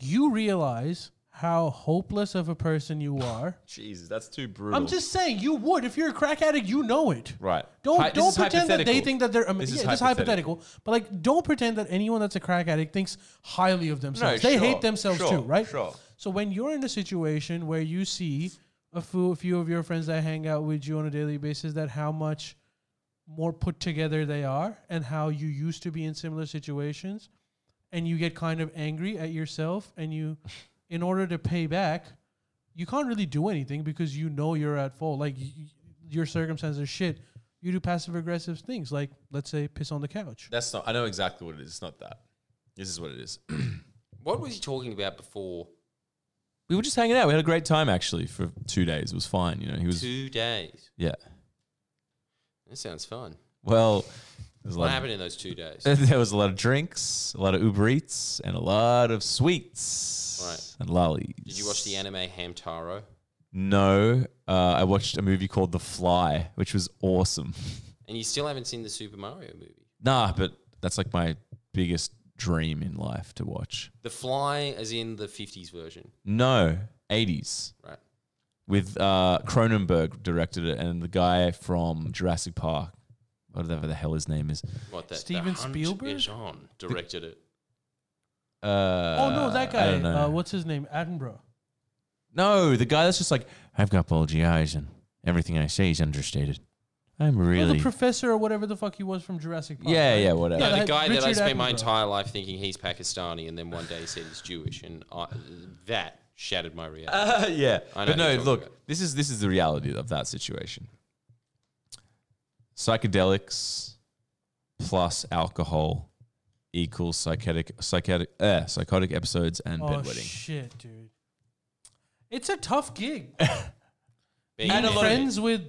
Speaker 2: You realize how hopeless of a person you are.
Speaker 4: Jesus, that's too brutal.
Speaker 2: I'm just saying, you would if you're a crack addict, you know it.
Speaker 4: right.
Speaker 2: Don't
Speaker 4: Hi- this
Speaker 2: don't
Speaker 4: is
Speaker 2: pretend that they
Speaker 4: hypothetical.
Speaker 2: think that they're um,
Speaker 4: This is
Speaker 2: yeah, just hypothetical. But like, don't pretend that anyone that's a crack addict thinks highly of themselves. they
Speaker 4: sure,
Speaker 2: hate themselves
Speaker 4: sure,
Speaker 2: too, right?
Speaker 4: sure.
Speaker 2: So when you're in a situation where you see a few, a few of your friends that hang out with you on a daily basis, that how much more put together they are, and how you used to be in similar situations, and you get kind of angry at yourself, and you, in order to pay back, you can't really do anything because you know you're at fault. Like y- y- your circumstances are shit. You do passive aggressive things, like let's say piss on the couch.
Speaker 4: That's not. I know exactly what it is. It's not that. This is what it is.
Speaker 3: What was he talking about before
Speaker 4: We were just hanging out. We had a great time actually for two days. It was fine. You know, he was.
Speaker 3: two days?
Speaker 4: Yeah.
Speaker 3: That sounds fun.
Speaker 4: Well, there was a
Speaker 3: What
Speaker 4: lot
Speaker 3: happened in those two days?
Speaker 4: of, there was a lot of drinks, a lot of Uber Eats, and a lot of sweets
Speaker 3: Right.
Speaker 4: and lollies.
Speaker 3: Did you watch the anime Hamtaro?
Speaker 4: No, uh, I watched a movie called The Fly, which was awesome.
Speaker 3: And you still haven't seen the Super Mario movie.
Speaker 4: Nah, but that's like my biggest dream in life to watch.
Speaker 3: The Fly, as in the 50s version,
Speaker 4: No, 80s
Speaker 3: right?
Speaker 4: with uh, Cronenberg directed it, and the guy from Jurassic Park, whatever the hell his name is.
Speaker 3: What that?
Speaker 2: Steven
Speaker 3: the Hunt
Speaker 2: Spielberg?
Speaker 3: is on directed it.
Speaker 4: Uh,
Speaker 2: oh no, that
Speaker 4: I
Speaker 2: guy.
Speaker 4: don't know.
Speaker 2: Uh, what's his name? Attenborough.
Speaker 4: no, the guy that's just like I've got bulgy eyes and everything I say is understated. I'm
Speaker 2: Or
Speaker 4: really
Speaker 2: Oh, the professor or whatever the fuck he was from Jurassic Park.
Speaker 4: yeah,
Speaker 2: right?
Speaker 4: yeah, whatever.
Speaker 2: Yeah,
Speaker 3: No, the
Speaker 2: that-
Speaker 3: guy that I
Speaker 2: Richard
Speaker 3: spent my
Speaker 2: Attenborough.
Speaker 3: entire life thinking he's Pakistani, and then one day he said he's Jewish, and I, that shattered my reality.
Speaker 4: Uh, yeah,
Speaker 3: I know
Speaker 4: but
Speaker 3: who you're
Speaker 4: no,
Speaker 3: talking
Speaker 4: look,
Speaker 3: about.
Speaker 4: this is this is the reality of that situation. Psychedelics plus alcohol equals psychotic psychotic uh, psychotic episodes and
Speaker 2: Oh
Speaker 4: bedwetting.
Speaker 2: shit, dude. It's a tough gig.
Speaker 3: Being
Speaker 2: Being
Speaker 3: a man.
Speaker 2: friends with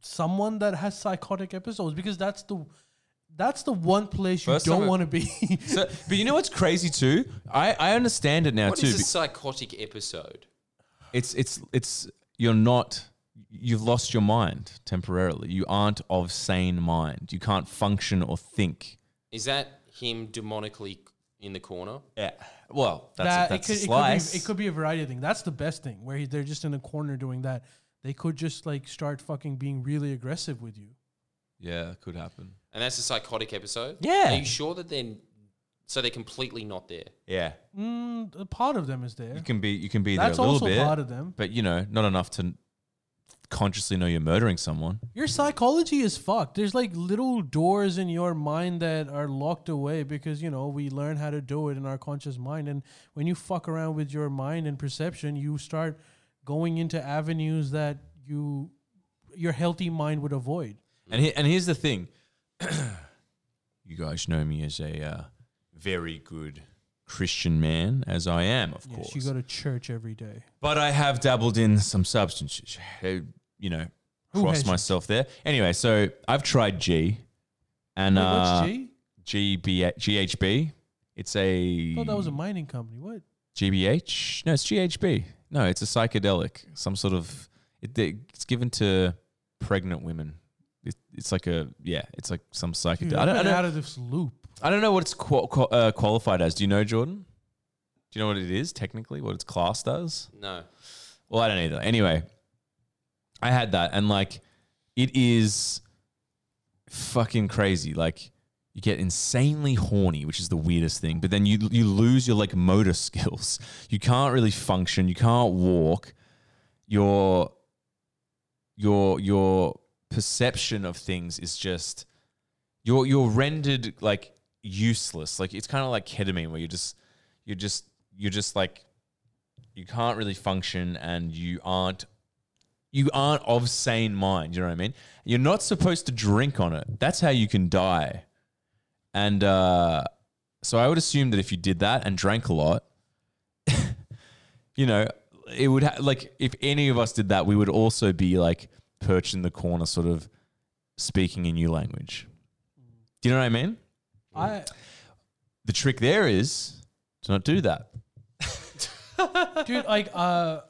Speaker 2: someone that has psychotic episodes because that's the that's the one place you
Speaker 4: First
Speaker 2: don't
Speaker 4: time I-
Speaker 2: want to be.
Speaker 4: So, but you know what's crazy too? I, I understand it now
Speaker 3: What
Speaker 4: too.
Speaker 3: is a
Speaker 4: be-
Speaker 3: psychotic episode?
Speaker 4: It's it's it's you're not you've lost your mind temporarily. You aren't of sane mind. You can't function or think.
Speaker 3: Is that him demonically in the corner?
Speaker 4: Yeah. Well,
Speaker 2: that
Speaker 4: that's a, that's
Speaker 2: it,
Speaker 4: a
Speaker 2: could,
Speaker 4: slice.
Speaker 2: It, could be, it could be a variety of things. That's the best thing where he- they're just in a corner doing that. They could just like start fucking being really aggressive with you.
Speaker 4: yeah, it could happen.
Speaker 3: And that's a psychotic episode?
Speaker 4: Yeah.
Speaker 3: Are you sure that then? So they're completely not there.
Speaker 4: Yeah.
Speaker 2: Mm, a part of them is there.
Speaker 4: You can be you can be
Speaker 2: That's
Speaker 4: there a
Speaker 2: also
Speaker 4: little bit,
Speaker 2: part of them.
Speaker 4: but you know, not enough to n- consciously know you're murdering someone.
Speaker 2: Your psychology is fucked. There's like little doors in your mind that are locked away because, you know, we learn how to do it in our conscious mind. And when you fuck around with your mind and perception, you start going into avenues that you your healthy mind would avoid.
Speaker 4: And he, and here's the thing, you guys know me as a uh, very good Christian man, as I am, of
Speaker 2: Yes,
Speaker 4: course.
Speaker 2: you go to church every day.
Speaker 4: but I have dabbled in some substances. Uh, You know,
Speaker 2: Who
Speaker 4: crossed
Speaker 2: hasn't?
Speaker 4: myself there. Anyway, so I've tried G, and
Speaker 2: Wait,
Speaker 4: uh,
Speaker 2: what's G?
Speaker 4: GBA GHB. It's
Speaker 2: I
Speaker 4: a
Speaker 2: thought that was a mining company. What?
Speaker 4: GBH? No, it's GHB. No, it's a psychedelic. Some sort of it, they- it's given to pregnant women. It, it's like a yeah. It's like some
Speaker 2: Dude,
Speaker 4: psychedelic.
Speaker 2: I've
Speaker 4: I don't, I
Speaker 2: been out
Speaker 4: don't,
Speaker 2: of this loop.
Speaker 4: I don't know what it's qual- qual- uh, qualified as. Do you know, Jordan? Do you know what it is technically? What it's classed as?
Speaker 3: No.
Speaker 4: Well, I don't either. Anyway, I had that, and like, it is fucking crazy. Like, you get insanely horny, which is the weirdest thing. But then you you lose your like motor skills. You can't really function. You can't walk. Your your your perception of things is just you're you're rendered like useless. Like it's kind of like ketamine, where you just you're just you're just like you can't really function and you aren't you aren't of sane mind you know what i mean you're not supposed to drink on it that's how you can die and uh, so i would assume that if you did that and drank a lot you know it would ha- like if any of us did that we would also be like perched in the corner sort of speaking a new language do you know what i mean
Speaker 2: I
Speaker 4: the trick there is to not do that.
Speaker 2: dude. Like, uh,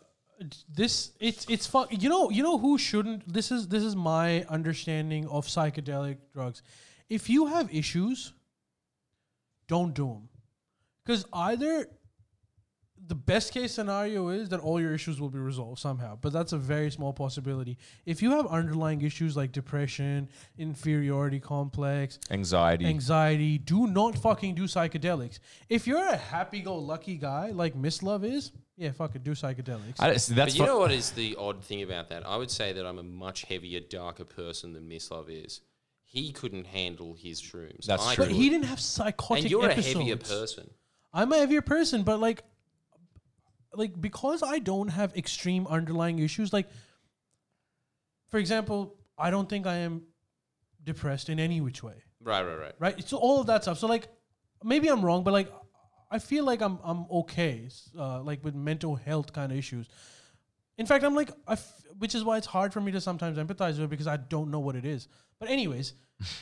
Speaker 2: this it's it's fuck. You know, you know who shouldn't. This is this is my understanding of psychedelic drugs. If you have issues, don't do them, because either the best case scenario is that all your issues will be resolved somehow, but that's a very small possibility. If you have underlying issues like depression, inferiority complex,
Speaker 4: Anxiety.
Speaker 2: anxiety. Do not fucking do psychedelics. If you're a happy-go-lucky guy like Miss Love is, yeah, fucking do psychedelics.
Speaker 4: I don't, see, that's
Speaker 3: But you
Speaker 4: fu-
Speaker 3: know what is the odd thing about that? I would say that I'm a much heavier, darker person than Mislove is. He couldn't handle his shrooms.
Speaker 4: That's
Speaker 3: I
Speaker 4: true.
Speaker 2: but
Speaker 3: could.
Speaker 2: he didn't have
Speaker 3: And
Speaker 2: psychotic
Speaker 3: you're
Speaker 2: episodes.
Speaker 3: a heavier person.
Speaker 2: I'm a heavier person, but like, like because I don't have extreme underlying issues. Like, for example, I don't think I am depressed in any which way.
Speaker 3: Right, right, right.
Speaker 2: right? So all of that stuff. So like, maybe I'm wrong, but like, I feel like I'm I'm okay, uh, like with mental health kind of issues. In fact, I'm like, I f- which is why it's hard for me to sometimes empathize with because I don't know what it is. But anyways,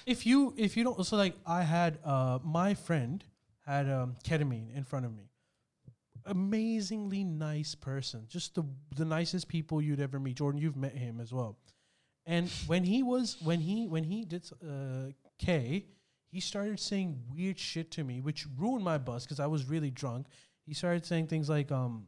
Speaker 2: if you if you don't, so like I had uh, my friend had um, ketamine in front of me. Amazingly nice person, just the the nicest people you'd ever meet. Jordan, you've met him as well. And when he was when he when he did uh, K, he started saying weird shit to me, which ruined my buzz because I was really drunk. He started saying things like, um,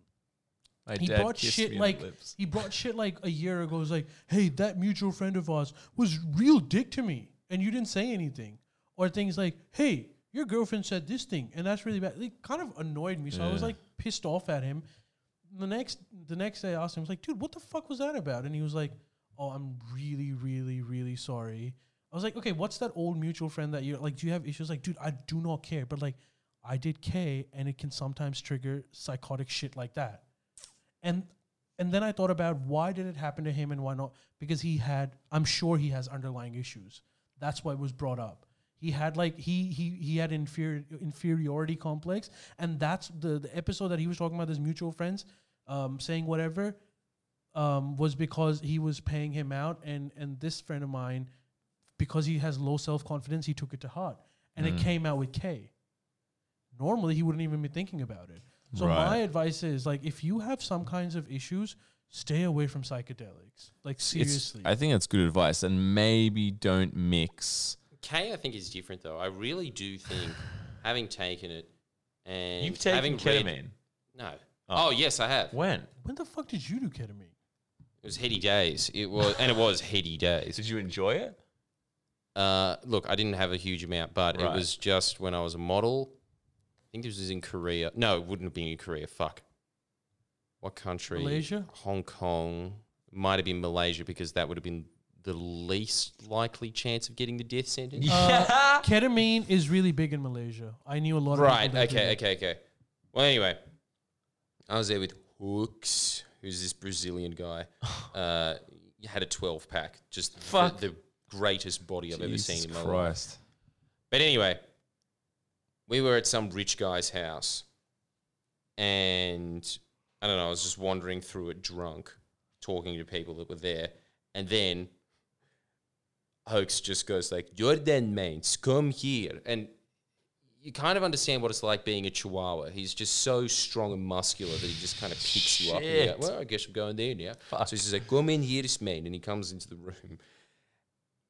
Speaker 4: My
Speaker 2: he
Speaker 4: dad
Speaker 2: brought
Speaker 4: kissed
Speaker 2: shit
Speaker 4: me on
Speaker 2: like
Speaker 4: the lips.
Speaker 2: he brought shit like a year ago. It was like, hey, that mutual friend of ours was real dick to me, and you didn't say anything. Or things like, hey, your girlfriend said this thing, and that's really bad. It kind of annoyed me, so I was
Speaker 4: Yeah.
Speaker 2: like pissed off at him. The next the next day, I asked him, I was like, dude, what the fuck was that about? And he was like, oh, I'm really, really, really sorry. I was like, okay, what's that old mutual friend that you like? Do you have issues? Like, dude, I do not care, but like. I did K and it can sometimes trigger psychotic shit like that and and then I thought about why did it happen to him and why not? Because he had, I'm sure he has underlying issues. That's why it was brought up. He had like he he he had inferior inferiority complex, and that's the the episode that he was talking about. His mutual friends, um, saying whatever, um, was because he was paying him out, and and this friend of mine, because he has low self confidence, he took it to heart, and
Speaker 4: Mm.
Speaker 2: it came out with K. Normally, he wouldn't even be thinking about it. So
Speaker 4: Right.
Speaker 2: my advice is like if you have some kinds of issues, stay away from psychedelics. Like
Speaker 4: It's,
Speaker 2: seriously,
Speaker 4: I think that's good advice, and maybe don't mix.
Speaker 3: K, I think, is different though. I really do think, having taken it and
Speaker 4: You've taken
Speaker 3: having read-
Speaker 4: ketamine.
Speaker 3: no. Oh. yes, I have. It
Speaker 4: When
Speaker 2: when the fuck did you do ketamine?
Speaker 3: was heady days. It was, and it was heady days.
Speaker 4: did you enjoy it?
Speaker 3: Uh, look, I didn't have a huge amount, but
Speaker 4: Right.
Speaker 3: it was just when I was a model. I think this was in Korea. No, it wouldn't have been in Korea. Fuck. What country?
Speaker 2: Malaysia?
Speaker 3: Hong Kong. Might have been Malaysia because that would have been the least likely chance of getting the death sentence.
Speaker 2: Uh, ketamine is really big in Malaysia. I knew a lot of
Speaker 3: Right.
Speaker 2: people that did
Speaker 3: Okay.
Speaker 2: it.
Speaker 3: Okay. Okay. Well, anyway, I was there with Hooks, who's this Brazilian guy. Uh, he had a twelve pack, just
Speaker 4: Fuck.
Speaker 3: The, the greatest body I've ever seen in my life.
Speaker 4: Christ.
Speaker 3: But anyway, we were at some rich guy's house, and I don't know. I was just wandering through it, drunk, talking to people that were there, and then Hoax just goes like, "Jordan, mates, come here," and you kind of understand what it's like being a chihuahua. He's just so strong and muscular that he just kind of picks you up. And you go,
Speaker 4: Shit.
Speaker 3: well, I guess I'm going there now. So he's just like, come in here, mate. And he comes into the room.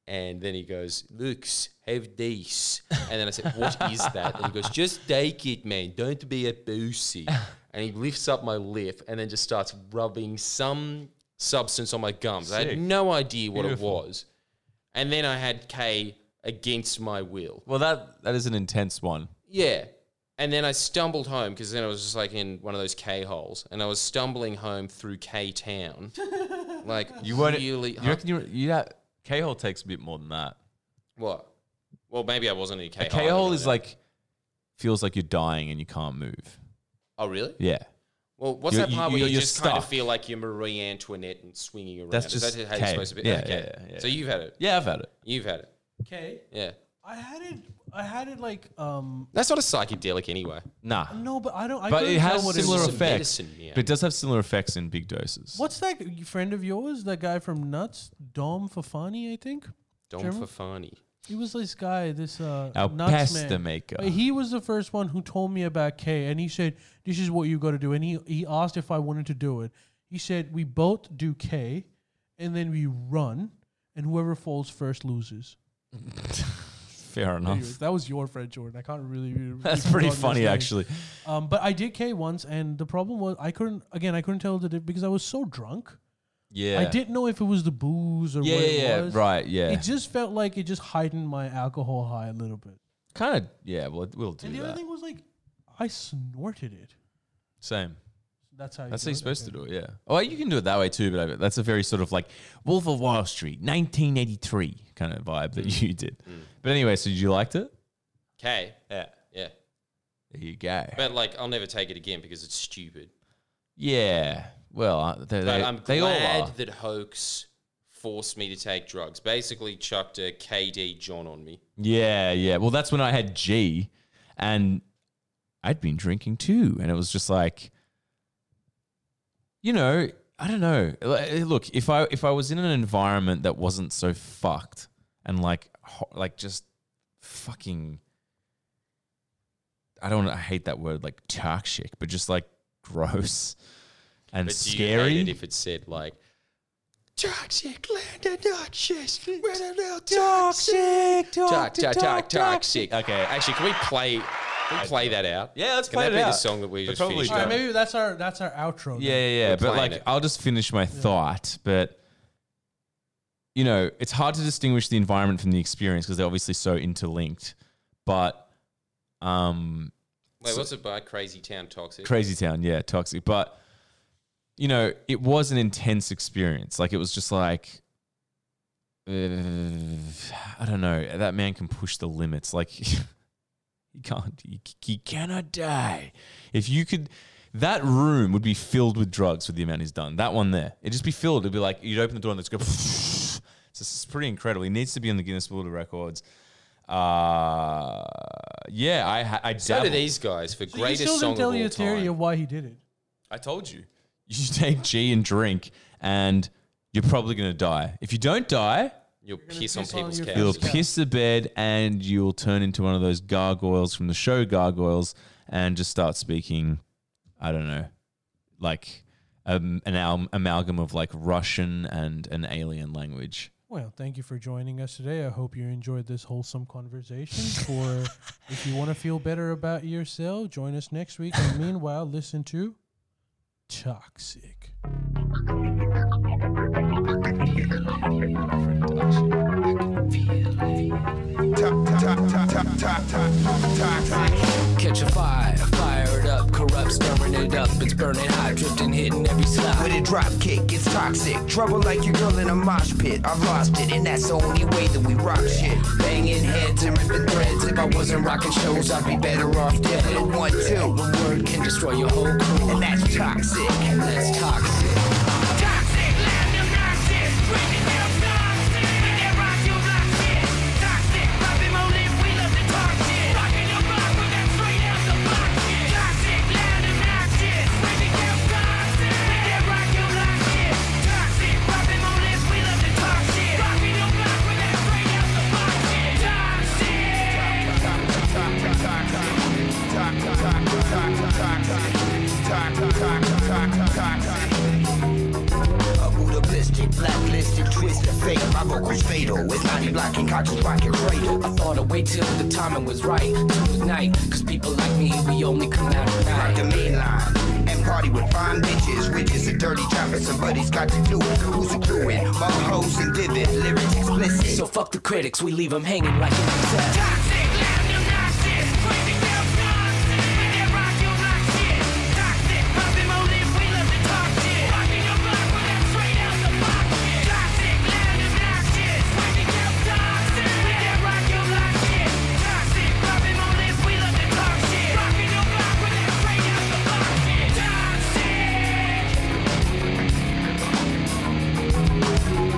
Speaker 3: And then he goes, Lux, have this. And then I said, What is that? And he goes, Just take it, man. Don't be a pussy. And he lifts up my lip and then just starts rubbing some substance on my gums. I
Speaker 4: Sick.
Speaker 3: had no idea what
Speaker 4: Beautiful.
Speaker 3: it was. And then I had K against my will.
Speaker 4: Well, that that is an intense one.
Speaker 3: Yeah. And then I stumbled home because then I was just like in one of those K holes, and I was stumbling home through K Town, like
Speaker 4: You weren't.
Speaker 3: really.
Speaker 4: you
Speaker 3: huh?
Speaker 4: reckon you? were- You had, K-hole takes a bit more than that.
Speaker 3: what? Well, maybe I wasn't in a K hole. I don't
Speaker 4: K-hole
Speaker 3: really
Speaker 4: is
Speaker 3: know.
Speaker 4: like feels like you're dying and you can't move.
Speaker 3: oh really?
Speaker 4: Yeah,
Speaker 3: Well, what's
Speaker 4: You're-
Speaker 3: that part
Speaker 4: you-
Speaker 3: where you
Speaker 4: you're
Speaker 3: just kind of
Speaker 4: stuck.
Speaker 3: feel like you're Marie Antoinette and swinging around?
Speaker 4: That's
Speaker 3: is
Speaker 4: just
Speaker 3: that how
Speaker 4: K.
Speaker 3: you're supposed to be?
Speaker 4: Yeah,
Speaker 3: okay.
Speaker 4: yeah, yeah, yeah.
Speaker 3: So you've had it.
Speaker 4: yeah, I've had it.
Speaker 3: You've had it.
Speaker 2: Okay.
Speaker 3: Yeah.
Speaker 2: I had it. I had it like um
Speaker 3: That's not a psychedelic anyway.
Speaker 4: Nah,
Speaker 2: no, but I don't. I
Speaker 4: but
Speaker 2: couldn't
Speaker 4: it
Speaker 2: tell
Speaker 4: has
Speaker 2: what
Speaker 4: similar
Speaker 2: it was.
Speaker 3: It's a
Speaker 4: effects.
Speaker 3: medicine, yeah.
Speaker 4: But it does have similar effects in big doses.
Speaker 2: What's that g- friend of yours? That guy from Nuts, Dom Fafani, I think.
Speaker 3: Dom
Speaker 2: Trevor?
Speaker 3: Fafani.
Speaker 2: He was this guy, this uh,
Speaker 4: Our
Speaker 2: nuts
Speaker 4: pasta
Speaker 2: man.
Speaker 4: maker.
Speaker 2: But he was the first one who told me about K, and he said, "This is what you got to do." And he he asked if I wanted to do it. He said, "We both do K, and then we run, and whoever falls first loses."
Speaker 4: Fair enough.
Speaker 2: Anyways, that was your friend Jordan. I can't really. really
Speaker 4: Oh. That's pretty
Speaker 2: forgotten his
Speaker 4: funny,
Speaker 2: name.
Speaker 4: actually.
Speaker 2: Um, but I did K once, and the problem was I couldn't. Again, I couldn't tell the difference because I was so drunk.
Speaker 4: Yeah.
Speaker 2: I didn't know if it was the booze or
Speaker 4: Yeah,
Speaker 2: what
Speaker 4: yeah,
Speaker 2: it
Speaker 4: yeah,
Speaker 2: was.
Speaker 4: right, yeah.
Speaker 2: It just felt like it just heightened my alcohol high a little bit.
Speaker 4: kind of. Yeah, well, we'll do
Speaker 2: And the
Speaker 4: that.
Speaker 2: other thing was like, I snorted it.
Speaker 4: Same.
Speaker 2: That's how.
Speaker 4: That's how you're supposed to do it, yeah. Oh, you can do it that way too, but I, that's a very sort of like Wolf of Wall Street, 1983 kind of vibe that you did. But anyway, so you liked it?
Speaker 3: K. Yeah. Yeah.
Speaker 4: There you go.
Speaker 3: But like, I'll never take it again because it's stupid.
Speaker 4: yeah. Well, uh, they,
Speaker 3: But
Speaker 4: they,
Speaker 3: I'm
Speaker 4: they all are.
Speaker 3: glad that hoax forced me to take drugs. Basically, chucked a KD John on me.
Speaker 4: Yeah, yeah. Well, that's when I had G, and I'd been drinking too, and it was just like, you know, I don't know. Like, eh, Look, if I if I was in an environment that wasn't so fucked and like ho- like just fucking, I don't. I hate that word like toxic, but just like gross and
Speaker 3: But Do
Speaker 4: scary.
Speaker 3: you hate it if it said like toxic, Linda, noxious,
Speaker 4: toxic,
Speaker 3: toxic, toxic.
Speaker 4: Okay.
Speaker 3: Actually, can we play? Can we play that out.
Speaker 4: Yeah, let's
Speaker 3: Can
Speaker 4: play
Speaker 3: that
Speaker 4: it
Speaker 3: be the
Speaker 4: out.
Speaker 3: song that we
Speaker 4: But
Speaker 3: just
Speaker 4: probably
Speaker 3: finished?
Speaker 2: All right,
Speaker 3: up?
Speaker 2: maybe that's our that's our outro.
Speaker 4: Yeah, yeah, yeah.
Speaker 3: We're
Speaker 4: But
Speaker 3: playing
Speaker 4: like,
Speaker 3: it.
Speaker 4: I'll just finish my thought. But you know, it's hard to distinguish the environment from the experience because they're obviously so interlinked. But um,
Speaker 3: Wait, what's it by Crazy Town Toxic?
Speaker 4: Crazy Town, yeah, toxic. But you know, it was an intense experience. Like it was just like uh, I don't know. That man can push the limits. Like he can't. He, he cannot die. If you could. That room would be filled with drugs with the amount he's done. That one there, it'd just be filled. It'd be like you'd open the door and it's go. It's just pretty incredible. He needs to be in the Guinness World Records. Uh, yeah, I ha- I
Speaker 3: so do
Speaker 4: dabbled.
Speaker 3: these guys for
Speaker 2: So you
Speaker 3: greatest
Speaker 2: still
Speaker 3: song
Speaker 2: didn't
Speaker 3: of
Speaker 2: tell
Speaker 3: all
Speaker 2: your theory
Speaker 3: time.
Speaker 2: of why he did it.
Speaker 4: I told you. You take G and drink, and you're probably going to die. If you don't die,
Speaker 3: You'll piss on
Speaker 2: piss on
Speaker 3: people's
Speaker 2: your
Speaker 4: you'll
Speaker 3: cows.
Speaker 2: Yeah.
Speaker 4: piss the bed and you'll turn into one of those gargoyles from the show Gargoyles and just start speaking, I don't know, like um, an al- amalgam of like Russian and an alien language.
Speaker 2: Well, thank you for joining us today. I hope you enjoyed this wholesome conversation. For if you want to feel better about yourself, join us next week. And meanwhile, listen to Toxic.
Speaker 5: Catch a fire, fire it up, corrupt, stirring it up. It's burning hot, drifting, hitting every slide.
Speaker 6: With a drop kick, it's toxic. Trouble like your girl in a mosh pit. I've lost it, and that's the only way that we rock shit. Banging heads and ripping threads. If I wasn't rocking shows, I'd be better off dead. The one, two,
Speaker 5: One word can destroy your whole crew.
Speaker 6: and that's toxic.
Speaker 5: That's toxic.
Speaker 7: Toxic, loud, obnoxious, crazy, damn toxic. We can rock your block, shit. Toxic, pop it, moan it, we love to talk shit. Rockin' your block, we got straight out the block, shit. Toxic, loud, obnoxious, crazy, damn toxic. We can rock your block, shit. Toxic, pop it, moan it, we love to talk shit. Rockin' your block, we got straight out the block, shit. Toxic.
Speaker 6: A Buddhistic, blacklisted, twisted fate. My vocals fatal. It's 90 block and cocky rocket cradle.
Speaker 5: I thought I'd wait till the timing was right to ignite. Cause people like me, we only come out at
Speaker 6: rock
Speaker 5: night.
Speaker 6: the main line and party with fine bitches, which is a dirty job, but somebody's got to do it. Who's a doing? Mama hoes and vivid, lyrics explicit.
Speaker 5: So fuck the critics, we leave them hanging like an obsessed.
Speaker 7: Toxic, loud, obnoxious, crazy, damn toxic. We can rock your block, shit. Toxic, pop it, moan it, we love to talk shit. Rockin' your block, we got straight out the block, shit. Toxic, loud, obnoxious, crazy, damn toxic. We can rock your block, shit. Toxic, pop it, moan it, we love to talk shit. Rockin' your block, we got straight out the block, shit. Toxic.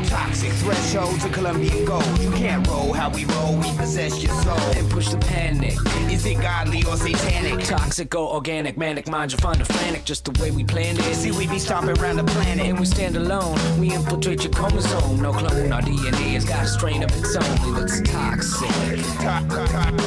Speaker 6: Toxic threshold to Colombian gold. You can't roll how we we roll, we possess your soul.
Speaker 5: and push the panic.
Speaker 6: Is it godly or satanic?
Speaker 5: Toxic or organic, manic, mind your find a flanic, just the way we planned it.
Speaker 6: See, we be stomping around the planet.
Speaker 5: and we stand alone. We infiltrate your chromosome, no clone. Our DNA has got a strain of its own that's toxic.
Speaker 6: Toxic.